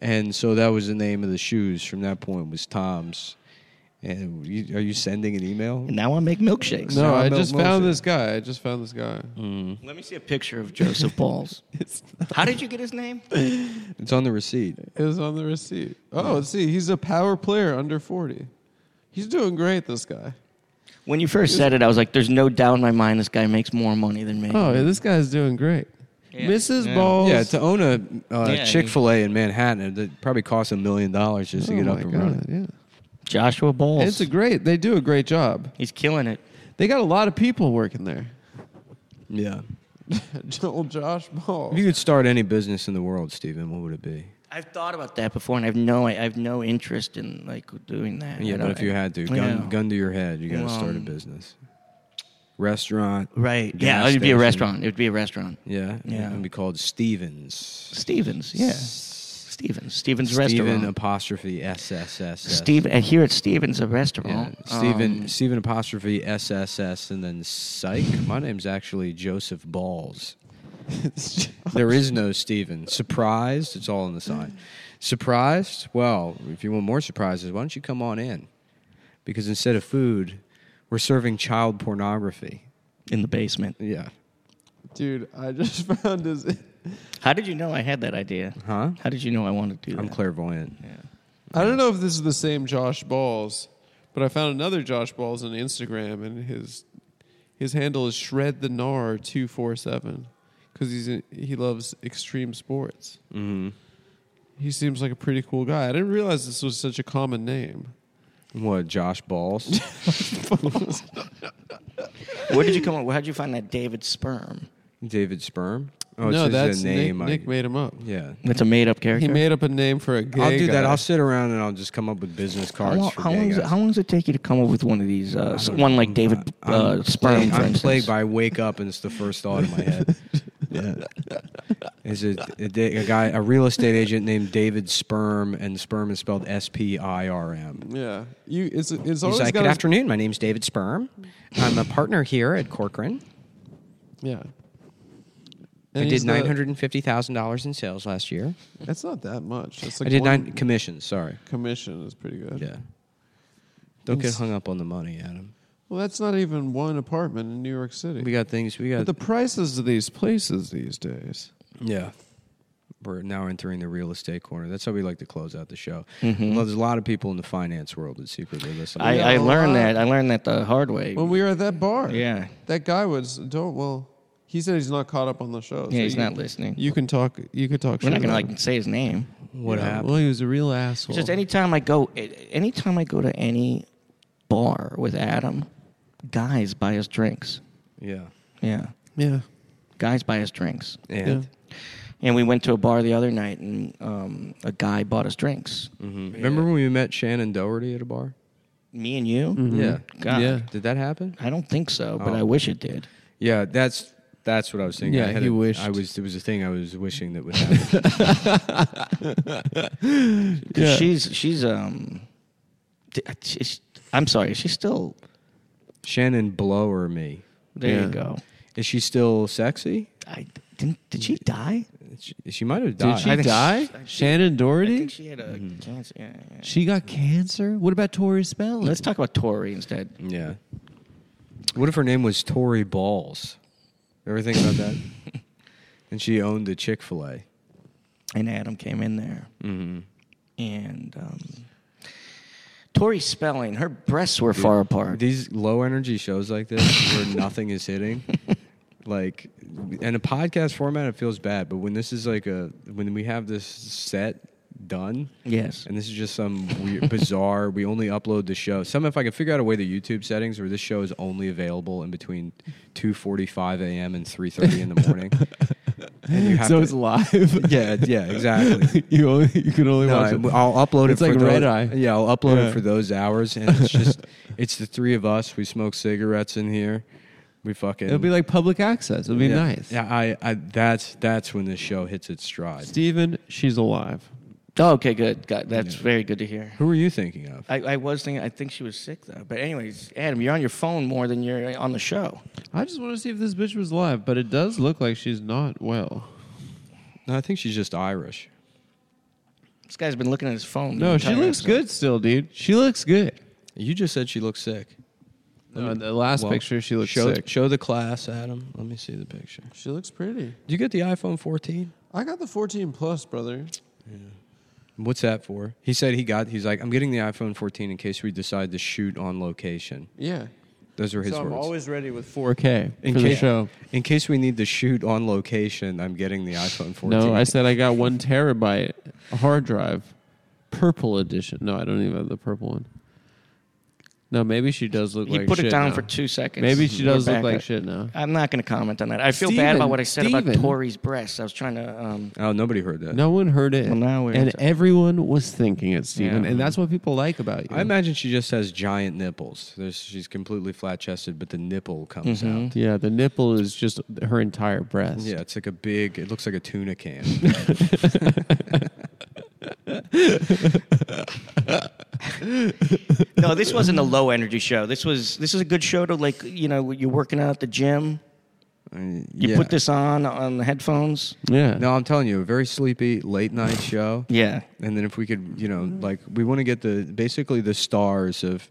Speaker 2: and so that was the name of the shoes. From that point, was Tom's. And you, are you sending an email?
Speaker 3: and now I make milkshakes.
Speaker 1: No,
Speaker 2: Sour
Speaker 1: I
Speaker 2: milk
Speaker 1: just found
Speaker 2: milkshake.
Speaker 1: this guy. I just found this guy.
Speaker 2: Mm.
Speaker 3: Let me see a picture of Joseph Balls. How did you get his name?
Speaker 2: It's on the receipt.
Speaker 1: It was on the receipt. Oh, let's see, he's a power player under forty. He's doing great. This guy.
Speaker 3: When you first said it, I was like, "There's no doubt in my mind this guy makes more money than me."
Speaker 1: Oh, yeah, this guy's doing great.
Speaker 3: Yeah.
Speaker 1: Mrs.
Speaker 3: Yeah.
Speaker 1: Balls.
Speaker 2: Yeah, to own a uh,
Speaker 3: Yeah,
Speaker 2: Chick Fil A in Manhattan, it probably costs a million dollars just to
Speaker 1: Oh
Speaker 2: get up
Speaker 1: my
Speaker 2: and
Speaker 1: God,
Speaker 2: running.
Speaker 1: Yeah.
Speaker 3: Joshua Balls.
Speaker 1: It's a great. They do a great job.
Speaker 3: He's killing it.
Speaker 1: They got a lot of people working there.
Speaker 2: Yeah,
Speaker 1: Old Josh Ball.
Speaker 2: if you could start any business in the world, Stephen, what would it be?
Speaker 3: I've thought about that before, and I've no, I have no interest in like doing that.
Speaker 2: Yeah,
Speaker 3: I
Speaker 2: but
Speaker 3: don't-
Speaker 2: if you had to, gun,
Speaker 3: Yeah.
Speaker 2: gun to your head, you got to
Speaker 3: Well,
Speaker 2: start a
Speaker 3: um,
Speaker 2: business, restaurant.
Speaker 3: right?
Speaker 2: gas
Speaker 3: Yeah, it'd be a
Speaker 2: station.
Speaker 3: restaurant. It'd be a restaurant.
Speaker 2: Yeah,
Speaker 3: Yeah.
Speaker 2: It'd be called Stevens.
Speaker 3: Stevens, yeah,
Speaker 2: S-
Speaker 3: Stevens, Stevens
Speaker 2: Steven
Speaker 3: restaurant.
Speaker 2: apostrophe S S S. S.
Speaker 3: Steve, uh, here at Stevens, a
Speaker 2: Yeah,
Speaker 3: restaurant.
Speaker 2: Stephen
Speaker 3: Um,
Speaker 2: Stephen apostrophe S S S and then psych. My name's actually Joseph Balls. There is no Steven. Surprised? It's all on the side. Surprised? Well, if you want more surprises, why don't you come on in? Because instead of food, we're serving child pornography.
Speaker 3: in the basement.
Speaker 2: Yeah.
Speaker 1: Dude, I just found his.
Speaker 3: How did you know I had that idea?
Speaker 2: Huh?
Speaker 3: How did you know I wanted to do
Speaker 2: I'm
Speaker 3: that?
Speaker 2: clairvoyant.
Speaker 1: I don't know if this is the same Josh Balls, but I found another Josh Balls on Instagram, and his his handle is shred the gnar two four seven because he's in, he loves extreme sports. Mm-hmm. He seems like a pretty cool guy. I didn't realize this was such a common name.
Speaker 2: What, Josh Balls?
Speaker 3: Where did you come up? How did you find that David Sperm?
Speaker 2: David Sperm? Oh, it's
Speaker 1: no,
Speaker 2: just
Speaker 1: that's
Speaker 2: a name.
Speaker 1: Nick,
Speaker 2: I-
Speaker 1: Nick made him up.
Speaker 2: yeah.
Speaker 3: That's a made-up character.
Speaker 1: He made up a name for a gay
Speaker 2: I'll do that.
Speaker 1: guy.
Speaker 2: I'll sit around and I'll just come up with business
Speaker 3: how
Speaker 2: cards
Speaker 3: long,
Speaker 2: for
Speaker 3: how,
Speaker 2: gay
Speaker 3: long does it,
Speaker 2: guys.
Speaker 3: how long does it take you to come up with one of these? Uh, s- one like David
Speaker 2: I'm
Speaker 3: uh, Sperm.
Speaker 2: plagued-
Speaker 3: for
Speaker 2: I'm
Speaker 3: instance.
Speaker 2: plagued by wake up and it's the first thought in my head. yeah, is it a, da- a guy, a real estate agent named David Sperm, and Sperm is spelled S P I R M.
Speaker 1: Yeah, you. It's it's
Speaker 2: He's
Speaker 1: always
Speaker 2: like,
Speaker 1: got
Speaker 2: "Good
Speaker 1: a-
Speaker 2: afternoon. My name's David Sperm. I'm a partner here at Corcoran.
Speaker 1: Yeah.
Speaker 2: I
Speaker 1: And he's
Speaker 2: did
Speaker 1: the-
Speaker 2: nine hundred and fifty thousand dollars in sales last year.
Speaker 1: That's not that much. It's like
Speaker 2: I did
Speaker 1: one
Speaker 2: nine commissions. Sorry.
Speaker 1: commission is pretty good.
Speaker 2: Yeah. Don't get
Speaker 1: It's-
Speaker 2: hung up on the money, Adam.
Speaker 1: Well, that's not even one apartment in New York City.
Speaker 2: We got things. We
Speaker 1: but
Speaker 2: got.
Speaker 1: the prices of these places these days.
Speaker 2: Yeah. We're now entering the real estate corner. That's how we like to close out the show.
Speaker 1: Mm-hmm.
Speaker 2: Well, there's a lot of people in the finance world that secretly listen.
Speaker 3: I,
Speaker 1: Yeah,
Speaker 3: I
Speaker 1: a lot.
Speaker 3: learned that. I learned that the hard way.
Speaker 1: When we were at that bar,
Speaker 3: Yeah.
Speaker 1: that guy was don't. Well, he said he's not caught up on the show.
Speaker 3: Yeah, he's
Speaker 1: you-
Speaker 3: not listening.
Speaker 1: You can talk. You can talk.
Speaker 3: We're
Speaker 1: shit
Speaker 3: not gonna
Speaker 1: about him.
Speaker 3: like say his name.
Speaker 2: what
Speaker 1: Yeah,
Speaker 2: happened?
Speaker 1: Well, he was a real asshole.
Speaker 3: Just anytime I go, anytime I go to any bar with Adam, guys buy us drinks.
Speaker 2: Yeah.
Speaker 3: Yeah,
Speaker 1: yeah.
Speaker 3: guys buy us drinks.
Speaker 2: And
Speaker 1: Yeah.
Speaker 3: And we went to a bar the other night, and um, a guy bought us drinks.
Speaker 1: Mm-hmm.
Speaker 2: Mhm. remember when we met Shannon Doherty at a bar?
Speaker 3: Me and you?
Speaker 1: Mm.
Speaker 2: Yeah.
Speaker 3: God,
Speaker 1: Mm-hmm. Yeah.
Speaker 2: Did that happen?
Speaker 3: I don't think so, but
Speaker 2: Oh.
Speaker 3: I wish it did.
Speaker 2: Yeah, that's that's what I was thinking.
Speaker 1: Yeah,
Speaker 2: I had
Speaker 1: he
Speaker 2: a-
Speaker 1: wished.
Speaker 2: I was it was a thing I was wishing that would happen.
Speaker 3: 'Cause
Speaker 1: Yeah.
Speaker 3: She's she's um, d- she's, I'm sorry, she's still
Speaker 2: Shannon Blower me.
Speaker 3: There
Speaker 1: Yeah.
Speaker 3: you go.
Speaker 2: Is she still sexy?
Speaker 3: I didn't. Did she die?
Speaker 2: She, she might have died.
Speaker 1: she
Speaker 2: I think-
Speaker 1: die? Shannon Doherty? Mm-hmm.
Speaker 3: I think she had a cancer. Yeah, yeah, yeah.
Speaker 1: She got cancer. What about Tori Spelling?
Speaker 3: Let's talk about Tori instead.
Speaker 2: Yeah. What if her name was Tori Balls? Ever think about that? and she owned a Chick Fil A.
Speaker 3: And Adam came in there,
Speaker 2: Mm-hmm.
Speaker 3: and um, Tori Spelling, her breasts were far apart.
Speaker 2: These low energy shows like this, where nothing is hitting, like, and a podcast format, it feels bad. But when this is like a, when we have this set done,
Speaker 3: yes.
Speaker 2: and this is just some weird, bizarre. We only upload the show. Some if I can figure out a way the YouTube settings where this show is only available in between two forty five a.m. and three thirty in the morning. and you have
Speaker 1: so
Speaker 2: to,
Speaker 1: it's live.
Speaker 2: yeah, yeah, exactly.
Speaker 1: you only you can only
Speaker 2: No,
Speaker 1: watch
Speaker 2: I-
Speaker 1: it.
Speaker 2: I'll upload
Speaker 1: It's
Speaker 2: it.
Speaker 1: like
Speaker 2: for
Speaker 1: Red
Speaker 2: those,
Speaker 1: Eye.
Speaker 2: Yeah, I'll upload
Speaker 1: Yeah.
Speaker 2: it for those hours, and it's just it's the three of us. We smoke cigarettes in here. We fucking.
Speaker 1: It'll be like public access. It'll be
Speaker 2: yeah.
Speaker 1: nice.
Speaker 2: Yeah, I, I. That's that's when this show hits its stride.
Speaker 1: Steven, she's alive.
Speaker 3: Oh, okay, good. Got, that's very good to hear.
Speaker 2: Who are you thinking of?
Speaker 3: I, I was thinking. I think she was sick though. But anyways, Adam, you're on your phone more than you're on the show.
Speaker 1: I just want to see if this bitch was alive, but it does look like she's not well.
Speaker 2: No, I think she's just Irish.
Speaker 3: This guy's been looking at his phone. the
Speaker 1: No, she
Speaker 3: entire
Speaker 1: looks
Speaker 3: episode.
Speaker 1: good still, dude. She looks good.
Speaker 2: You just said she looks sick.
Speaker 1: No, in the last
Speaker 2: Well,
Speaker 1: picture, she looks
Speaker 2: show,
Speaker 1: sick.
Speaker 2: Show the class, Adam. Let me see the picture.
Speaker 1: She looks pretty.
Speaker 2: Did you get the iPhone 14?
Speaker 1: I got the 14 plus, brother.
Speaker 2: What's that for? He said he got. He's like, I'm getting the iPhone 14 in case we decide to shoot on location.
Speaker 1: Yeah.
Speaker 2: Those are his words.
Speaker 1: ready with 4K
Speaker 2: in
Speaker 1: for the
Speaker 2: case,
Speaker 1: show.
Speaker 2: in case we need to shoot on location, I'm getting the iPhone 14.
Speaker 1: No, I said I got one terabyte hard drive, purple edition. No, I don't even have the purple one. No, maybe she does look
Speaker 3: He
Speaker 1: like
Speaker 3: put it
Speaker 1: shit
Speaker 3: down
Speaker 1: now.
Speaker 3: for two seconds.
Speaker 1: Maybe she does
Speaker 3: We're
Speaker 1: look
Speaker 3: back
Speaker 1: like
Speaker 3: up.
Speaker 1: shit now.
Speaker 3: I'm not going to comment on that. I feel
Speaker 1: Steven,
Speaker 3: bad about what I said about
Speaker 1: Steven.
Speaker 3: Tori's breasts. I was trying to. Um,
Speaker 2: Oh, nobody heard that.
Speaker 1: No one heard it.
Speaker 3: Well, now we're-
Speaker 1: and everyone was thinking it, Steven.
Speaker 3: Yeah.
Speaker 1: And that's what people like about you.
Speaker 2: I imagine she just has giant nipples. There's, she's completely flat chested, but the nipple comes out.
Speaker 1: yeah, the nipple is just her entire breast.
Speaker 2: Yeah, it's like a big. It looks like a tuna can.
Speaker 3: no, this wasn't a low energy show. This was this is a good show to like you know you're working out at the gym.
Speaker 2: you
Speaker 3: You put this on on the headphones.
Speaker 1: Yeah.
Speaker 2: Uh, No, I'm telling you, a very sleepy late night show.
Speaker 3: Yeah.
Speaker 2: And then if we could, you know, like we want to get the basically the stars of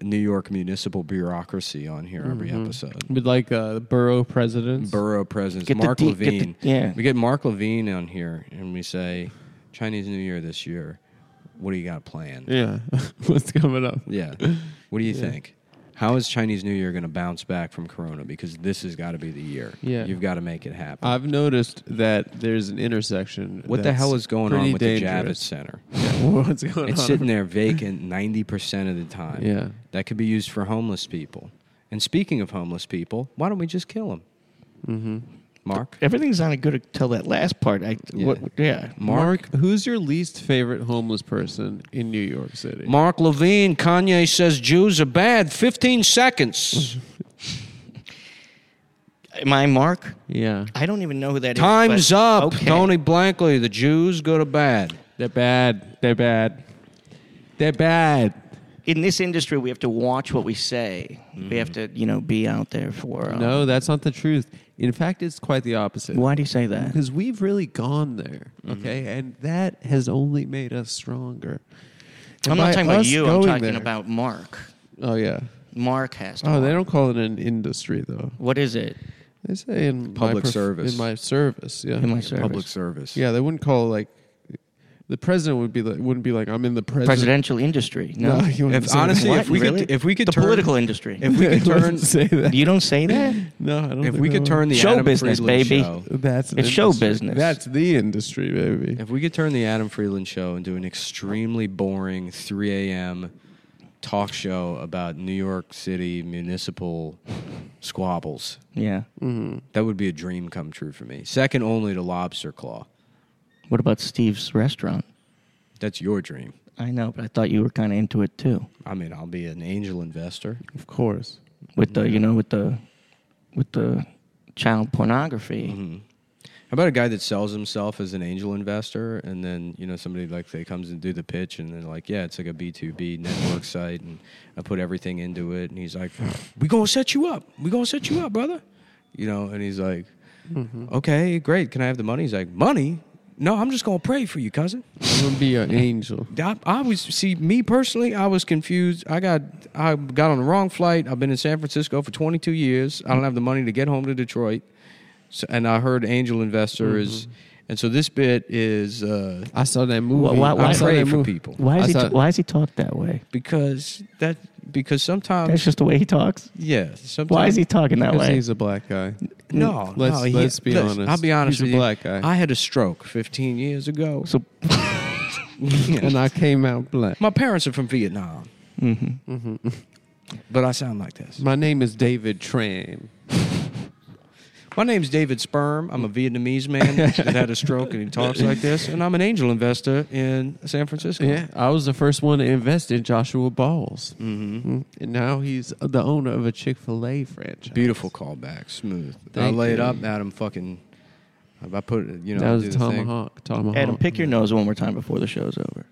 Speaker 2: New York municipal bureaucracy on here every episode.
Speaker 1: With like uh, borough presidents.
Speaker 2: Borough presidents,
Speaker 3: Get the
Speaker 2: Mark
Speaker 3: D- get the-
Speaker 2: Levine.
Speaker 3: yeah.
Speaker 2: We get Mark Levine on here and we say Chinese New Year this year. What do you got planned?
Speaker 1: yeah. What's coming up?
Speaker 2: Yeah. What do you think? How is Chinese New Year going to bounce back from Corona? Because this has got to be the year.
Speaker 1: Yeah. Uh,
Speaker 2: You've got to make it happen.
Speaker 1: I've noticed that there's an intersection.
Speaker 2: what the hell is going on with the Javits
Speaker 1: dangerous.
Speaker 2: Center?
Speaker 1: What's going
Speaker 2: It's
Speaker 1: on?
Speaker 2: sitting there vacant 90% of the time.
Speaker 1: Yeah.
Speaker 2: That could be used for homeless people. And speaking of homeless people, why don't we just kill them? Mm-hmm. Mark?
Speaker 3: Everything's not good until that last part. I
Speaker 2: Yeah.
Speaker 3: what yeah.
Speaker 1: Mark, who's your least favorite homeless person in New York City?
Speaker 2: Mark Levine, Kanye says Jews are bad. 15 seconds.
Speaker 3: Am I Mark?
Speaker 1: yeah.
Speaker 3: I don't even know who that is.
Speaker 2: Time's
Speaker 3: but-
Speaker 2: up. e-
Speaker 3: Okay.
Speaker 2: Tony Blankley, the Jews go to bed.
Speaker 1: They're bad. They're bad. They're bad.
Speaker 3: In this industry, we have to watch what we say. We
Speaker 2: Mm.
Speaker 3: have to, you know, be out there for. uh,
Speaker 1: No, that's not the truth. In fact, it's quite the opposite.
Speaker 3: Why do you say that?
Speaker 1: Because we've really gone there, okay? And that has only made us stronger. And
Speaker 3: I'm not
Speaker 1: by
Speaker 3: talking about
Speaker 1: us
Speaker 3: you. I'm
Speaker 1: going
Speaker 3: talking
Speaker 1: there-
Speaker 3: about Mark.
Speaker 1: Oh, yeah.
Speaker 3: Mark has to.
Speaker 1: Oh,
Speaker 3: watch.
Speaker 1: they don't call it an industry, though.
Speaker 3: What is it?
Speaker 1: They say in my
Speaker 2: Public
Speaker 1: prof-
Speaker 2: service.
Speaker 1: In my service, yeah.
Speaker 3: In my service.
Speaker 2: Public service.
Speaker 1: Yeah, they wouldn't call like the president would be like, wouldn't be like I'm in the president.
Speaker 3: Presidential industry. No.
Speaker 1: he wouldn't
Speaker 2: If-
Speaker 1: say
Speaker 2: honestly,
Speaker 1: that.
Speaker 3: What?
Speaker 2: if we could-
Speaker 3: Really?
Speaker 2: if we could
Speaker 3: the
Speaker 2: turn-
Speaker 3: political industry.
Speaker 2: If we could
Speaker 1: They wouldn't
Speaker 2: turn,
Speaker 1: say that.
Speaker 3: you don't say that.
Speaker 1: no, I don't.
Speaker 2: if
Speaker 1: think
Speaker 2: we
Speaker 1: they
Speaker 2: could
Speaker 1: would.
Speaker 2: turn the
Speaker 3: Show
Speaker 2: Adam
Speaker 3: business,
Speaker 2: Friedland
Speaker 3: baby.
Speaker 2: show.
Speaker 1: that's an
Speaker 3: It's show
Speaker 1: industry.
Speaker 3: business.
Speaker 1: That's the industry, baby.
Speaker 2: If we could turn the Adam Freeland show into an extremely boring 3 a.m. talk show about New York City municipal squabbles,
Speaker 3: Yeah.
Speaker 1: Mm-hmm.
Speaker 2: that would be a dream come true for me. Second only to Lobster Claw.
Speaker 3: What about Steve's restaurant?
Speaker 2: That's your dream.
Speaker 3: I know, but I thought you were kind of into it too.
Speaker 2: I mean, I'll be an angel investor.
Speaker 1: Of course,
Speaker 3: Mm-hmm. With the, you know, with the, with the child pornography.
Speaker 2: How about a guy that sells himself as an angel investor, and then you know somebody like they comes and do the pitch, and they're like, "Yeah, it's like a B two B network site, and I put everything into it." And he's like, "We gonna set you up. We gonna set you up, brother." You know, and he's like, "Okay, great. Can I have the money?" He's like, "Money? No, I'm just gonna pray for you, cousin."
Speaker 1: I'm gonna be an angel.
Speaker 2: I, I was see me personally. I was confused. I got I got on the wrong flight. I've been in San Francisco for 22 years. I don't have the money to get home to Detroit. So, and I heard angel
Speaker 1: Mm-hmm.
Speaker 2: investors, and so this bit is uh,
Speaker 1: I saw that movie.
Speaker 3: why- why-
Speaker 1: I
Speaker 2: I
Speaker 1: saw
Speaker 2: pray
Speaker 1: that
Speaker 2: for
Speaker 1: movie.
Speaker 2: people
Speaker 1: I
Speaker 3: Why is he?
Speaker 1: thought-
Speaker 3: t- why is he talk that way?
Speaker 2: because that because
Speaker 3: That's
Speaker 2: sometimes
Speaker 3: just the way he talks.
Speaker 2: yeah sometimes
Speaker 3: Why is he talking that
Speaker 1: Because
Speaker 3: way?
Speaker 1: he's a black guy.
Speaker 2: no
Speaker 1: Let's-
Speaker 2: no, he-
Speaker 1: let's be
Speaker 2: listen,
Speaker 1: honest.
Speaker 2: I'll be honest
Speaker 1: He's a
Speaker 2: with you.
Speaker 1: black guy.
Speaker 2: I had a stroke 15 years ago.
Speaker 3: So,
Speaker 1: and I came out black.
Speaker 2: My parents are from Vietnam,
Speaker 1: Mm-hmm.
Speaker 2: but I sound like this.
Speaker 1: My name is David Tran.
Speaker 2: My name's David Sperm. I'm a Vietnamese man that had a stroke and he talks like this. And I'm an angel investor in San Francisco.
Speaker 1: Yeah, I was the first one to invest in Joshua Balls, mm-hmm. and now he's the owner of a Chick Fil A franchise.
Speaker 2: Beautiful callback. Smooth. I
Speaker 1: Thank
Speaker 2: lay it
Speaker 1: you.
Speaker 2: up, Adam fucking. I put it, you know.
Speaker 1: that
Speaker 2: do
Speaker 1: was
Speaker 2: the thing.
Speaker 1: Tomahawk. Tomahawk. Mm-hmm.
Speaker 3: Adam, pick your nose one more time before the show's over.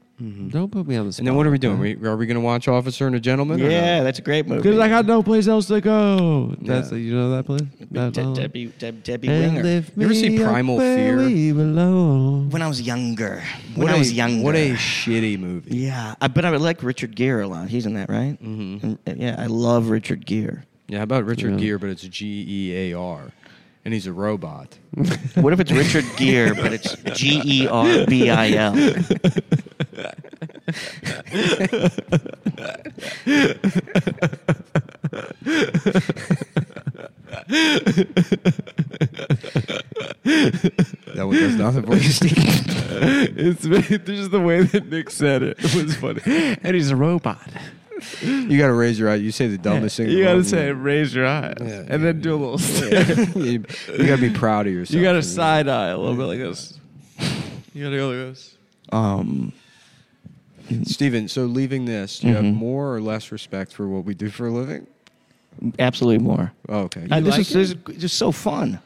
Speaker 1: Don't put me on the spot.
Speaker 2: And then what are we doing? We, are we going to watch Officer and a Gentleman? or
Speaker 3: Yeah,
Speaker 2: no?
Speaker 3: that's a great movie.
Speaker 1: Because I got no place else to go. That's
Speaker 2: Yeah.
Speaker 1: you know that place.
Speaker 3: De-
Speaker 1: That song?
Speaker 3: Debbie, Deb- Debbie
Speaker 1: And
Speaker 3: Winger.
Speaker 1: lift
Speaker 2: You ever see
Speaker 1: me up
Speaker 2: Primal
Speaker 1: where
Speaker 2: Fear?
Speaker 1: we belong.
Speaker 3: when I was younger. When
Speaker 2: What
Speaker 3: I was
Speaker 2: a-
Speaker 3: younger.
Speaker 2: What a shitty movie.
Speaker 3: yeah, I, but I would like Richard Gere a lot. He's in that, right? Mm-hmm. And, and yeah, I love Richard Gere.
Speaker 2: Yeah, how about Richard
Speaker 1: Yeah.
Speaker 2: Gere, but it's G E A R. And he's a robot.
Speaker 3: What if it's Richard Gere, but it's G E R B I L?
Speaker 2: That one does nothing for you, Steve.
Speaker 1: it's just the way that Nick said it. It was funny. And he's a robot.
Speaker 2: You got to raise your eye. You say the dumbest thing. in the
Speaker 1: You gotta
Speaker 2: world.
Speaker 1: say, raise your eyes,
Speaker 2: Yeah,
Speaker 1: and
Speaker 2: yeah,
Speaker 1: then do a little stare.
Speaker 2: you got to be proud of yourself.
Speaker 1: You gotta
Speaker 2: for that.
Speaker 1: side eye a little bit like this. You gotta go like this.
Speaker 3: Um,
Speaker 2: Steven, so leaving this, do you
Speaker 3: Mm-hmm.
Speaker 2: have more or less respect for what we do for a living?
Speaker 3: absolutely more.
Speaker 2: Oh, okay.
Speaker 3: Uh, this,
Speaker 1: like
Speaker 3: is, this is just so fun.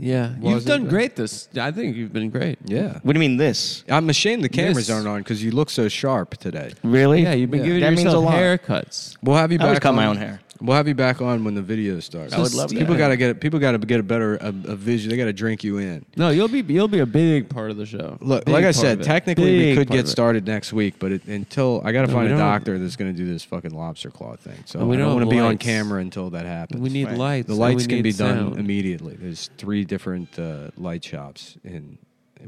Speaker 1: Yeah,
Speaker 2: Was
Speaker 1: you've done
Speaker 2: it-
Speaker 1: great. This, I think you've been great.
Speaker 2: yeah.
Speaker 3: What do you mean this?
Speaker 2: I'm ashamed the cameras
Speaker 1: This-
Speaker 2: aren't on because you look so sharp today.
Speaker 3: Really?
Speaker 1: Yeah, you've been
Speaker 2: Yeah.
Speaker 1: giving
Speaker 3: That means
Speaker 1: yourself
Speaker 3: a lot.
Speaker 1: haircuts.
Speaker 2: We'll have you
Speaker 3: I
Speaker 2: back.
Speaker 3: always cut
Speaker 2: on-
Speaker 3: my own hair.
Speaker 2: We'll have you back on when the video starts.
Speaker 3: I would love
Speaker 2: people
Speaker 3: that.
Speaker 2: gotta get people gotta get a better a, a vision. They gotta drink you in.
Speaker 1: No, you'll be you'll be a big part of the show.
Speaker 2: Look,
Speaker 1: Big
Speaker 2: like I
Speaker 1: part
Speaker 2: said,
Speaker 1: of it.
Speaker 2: technically we
Speaker 1: Big
Speaker 2: could
Speaker 1: part
Speaker 2: get
Speaker 1: of it.
Speaker 2: started next week, but it, until I gotta
Speaker 1: No,
Speaker 2: find
Speaker 1: we
Speaker 2: a
Speaker 1: don't-
Speaker 2: doctor that's gonna do this fucking lobster claw thing. So
Speaker 1: And we
Speaker 2: I don't
Speaker 1: don't
Speaker 2: want to
Speaker 1: have
Speaker 2: be on
Speaker 1: lights.
Speaker 2: camera until that happens.
Speaker 1: We need
Speaker 3: Right.
Speaker 1: lights.
Speaker 2: The
Speaker 1: and
Speaker 2: lights
Speaker 1: we
Speaker 2: can
Speaker 1: need
Speaker 2: be
Speaker 1: sound.
Speaker 2: done immediately. There's three different uh, light shops in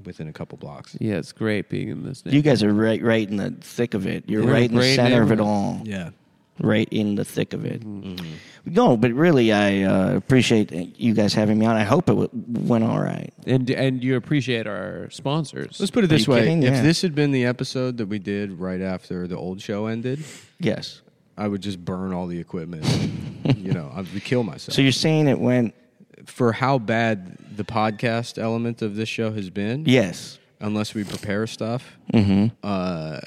Speaker 2: within a couple blocks.
Speaker 1: Yeah, it's great being in this.
Speaker 3: You guys are right, right in the thick of it. You're
Speaker 1: We're
Speaker 3: right in the
Speaker 1: great
Speaker 3: center of it
Speaker 1: neighbors.
Speaker 3: all.
Speaker 2: Yeah.
Speaker 3: Right in the thick of it. No, but really, I uh, appreciate you guys having me on. I hope it w- went all right.
Speaker 1: and and you appreciate our sponsors.
Speaker 2: Let's put it this
Speaker 3: you
Speaker 2: way:
Speaker 3: kidding?
Speaker 2: if
Speaker 3: Yeah.
Speaker 2: this had been the episode that we did right after the old show ended,
Speaker 3: Yes.
Speaker 2: I would just burn all the equipment. you know, I would kill myself
Speaker 3: So you're saying it went?
Speaker 2: for how bad the podcast element of this show has been.
Speaker 3: Yes.
Speaker 2: Unless we prepare stuff,
Speaker 3: Mm-hmm.
Speaker 2: uh,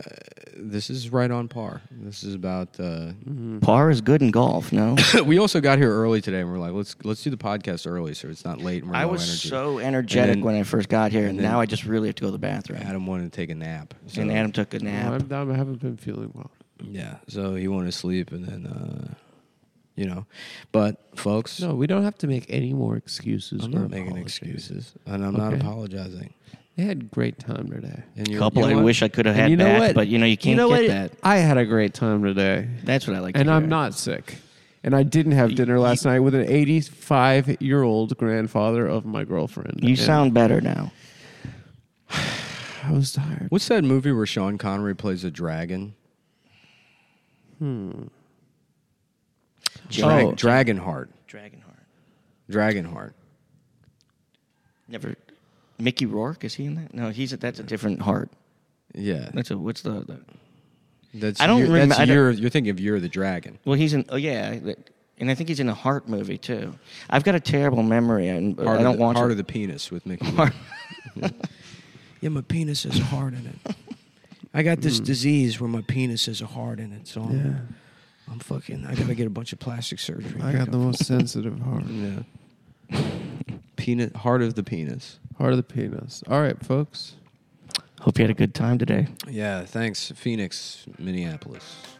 Speaker 2: this is right on par. This is about. Uh,
Speaker 3: Mm-hmm. Par is good in golf. No.
Speaker 2: we also got here early today, and we're like, let's let's do the podcast early, so it's not late. And we're
Speaker 3: I
Speaker 2: low
Speaker 3: was
Speaker 2: energy.
Speaker 3: so energetic
Speaker 2: And then-
Speaker 3: when I first got here, and,
Speaker 2: then-
Speaker 3: now I just really have to go to the bathroom.
Speaker 2: Adam wanted to take a nap. So,
Speaker 3: and Adam took a nap.
Speaker 1: I'm, I'm, I haven't been feeling well.
Speaker 2: Yeah, so he wanted to sleep, and then, uh, you know, but folks,
Speaker 1: No, we don't have to make any more excuses.
Speaker 2: I'm
Speaker 1: or
Speaker 2: not making
Speaker 1: apologies.
Speaker 2: excuses, and I'm not
Speaker 1: Okay.
Speaker 2: apologizing.
Speaker 1: They had a great time today.
Speaker 2: And you're-
Speaker 3: couple
Speaker 2: you know
Speaker 3: I
Speaker 2: what?
Speaker 3: wish I could have
Speaker 1: And
Speaker 3: had
Speaker 1: you know
Speaker 3: back,
Speaker 1: what?
Speaker 3: but you know you can't
Speaker 1: know
Speaker 3: get
Speaker 1: what?
Speaker 3: that.
Speaker 1: I had a great time today,
Speaker 3: That's what I like.
Speaker 1: and
Speaker 3: to
Speaker 1: I'm
Speaker 3: hear.
Speaker 1: not sick. And I didn't have dinner last night with an 85 year old grandfather of my girlfriend.
Speaker 3: You
Speaker 1: And
Speaker 3: sound better now.
Speaker 1: I was tired.
Speaker 2: What's that movie where Sean Connery plays a dragon? Dra-
Speaker 1: Oh.
Speaker 2: Dragonheart.
Speaker 3: Dragonheart.
Speaker 2: Dragonheart.
Speaker 3: Never. Mickey Rourke is he in that? No, he's a, that's a different heart.
Speaker 2: Yeah,
Speaker 3: That's a what's the, the
Speaker 2: that's.
Speaker 3: I don't
Speaker 2: you're,
Speaker 3: remem-
Speaker 2: That's
Speaker 3: I don't-
Speaker 2: you're, you're thinking of you're the dragon.
Speaker 3: well he's in oh yeah that- and I think he's in a heart movie too. I've got a terrible memory and
Speaker 2: Heart
Speaker 3: I
Speaker 2: of
Speaker 3: don't
Speaker 2: the,
Speaker 3: watch
Speaker 2: heart
Speaker 3: it.
Speaker 2: of the penis with Mickey.
Speaker 3: Heart-
Speaker 2: yeah, my penis has a heart in it. I got this disease where my penis has a heart in it, so
Speaker 1: Yeah.
Speaker 2: I'm fucking. I gotta get a bunch of plastic surgery.
Speaker 1: I got the most sensitive heart.
Speaker 2: Yeah. peanut heart of the penis.
Speaker 1: Heart of the penis. All right, folks.
Speaker 3: Hope you had a good time today.
Speaker 2: Yeah, thanks, Phoenix, Minneapolis.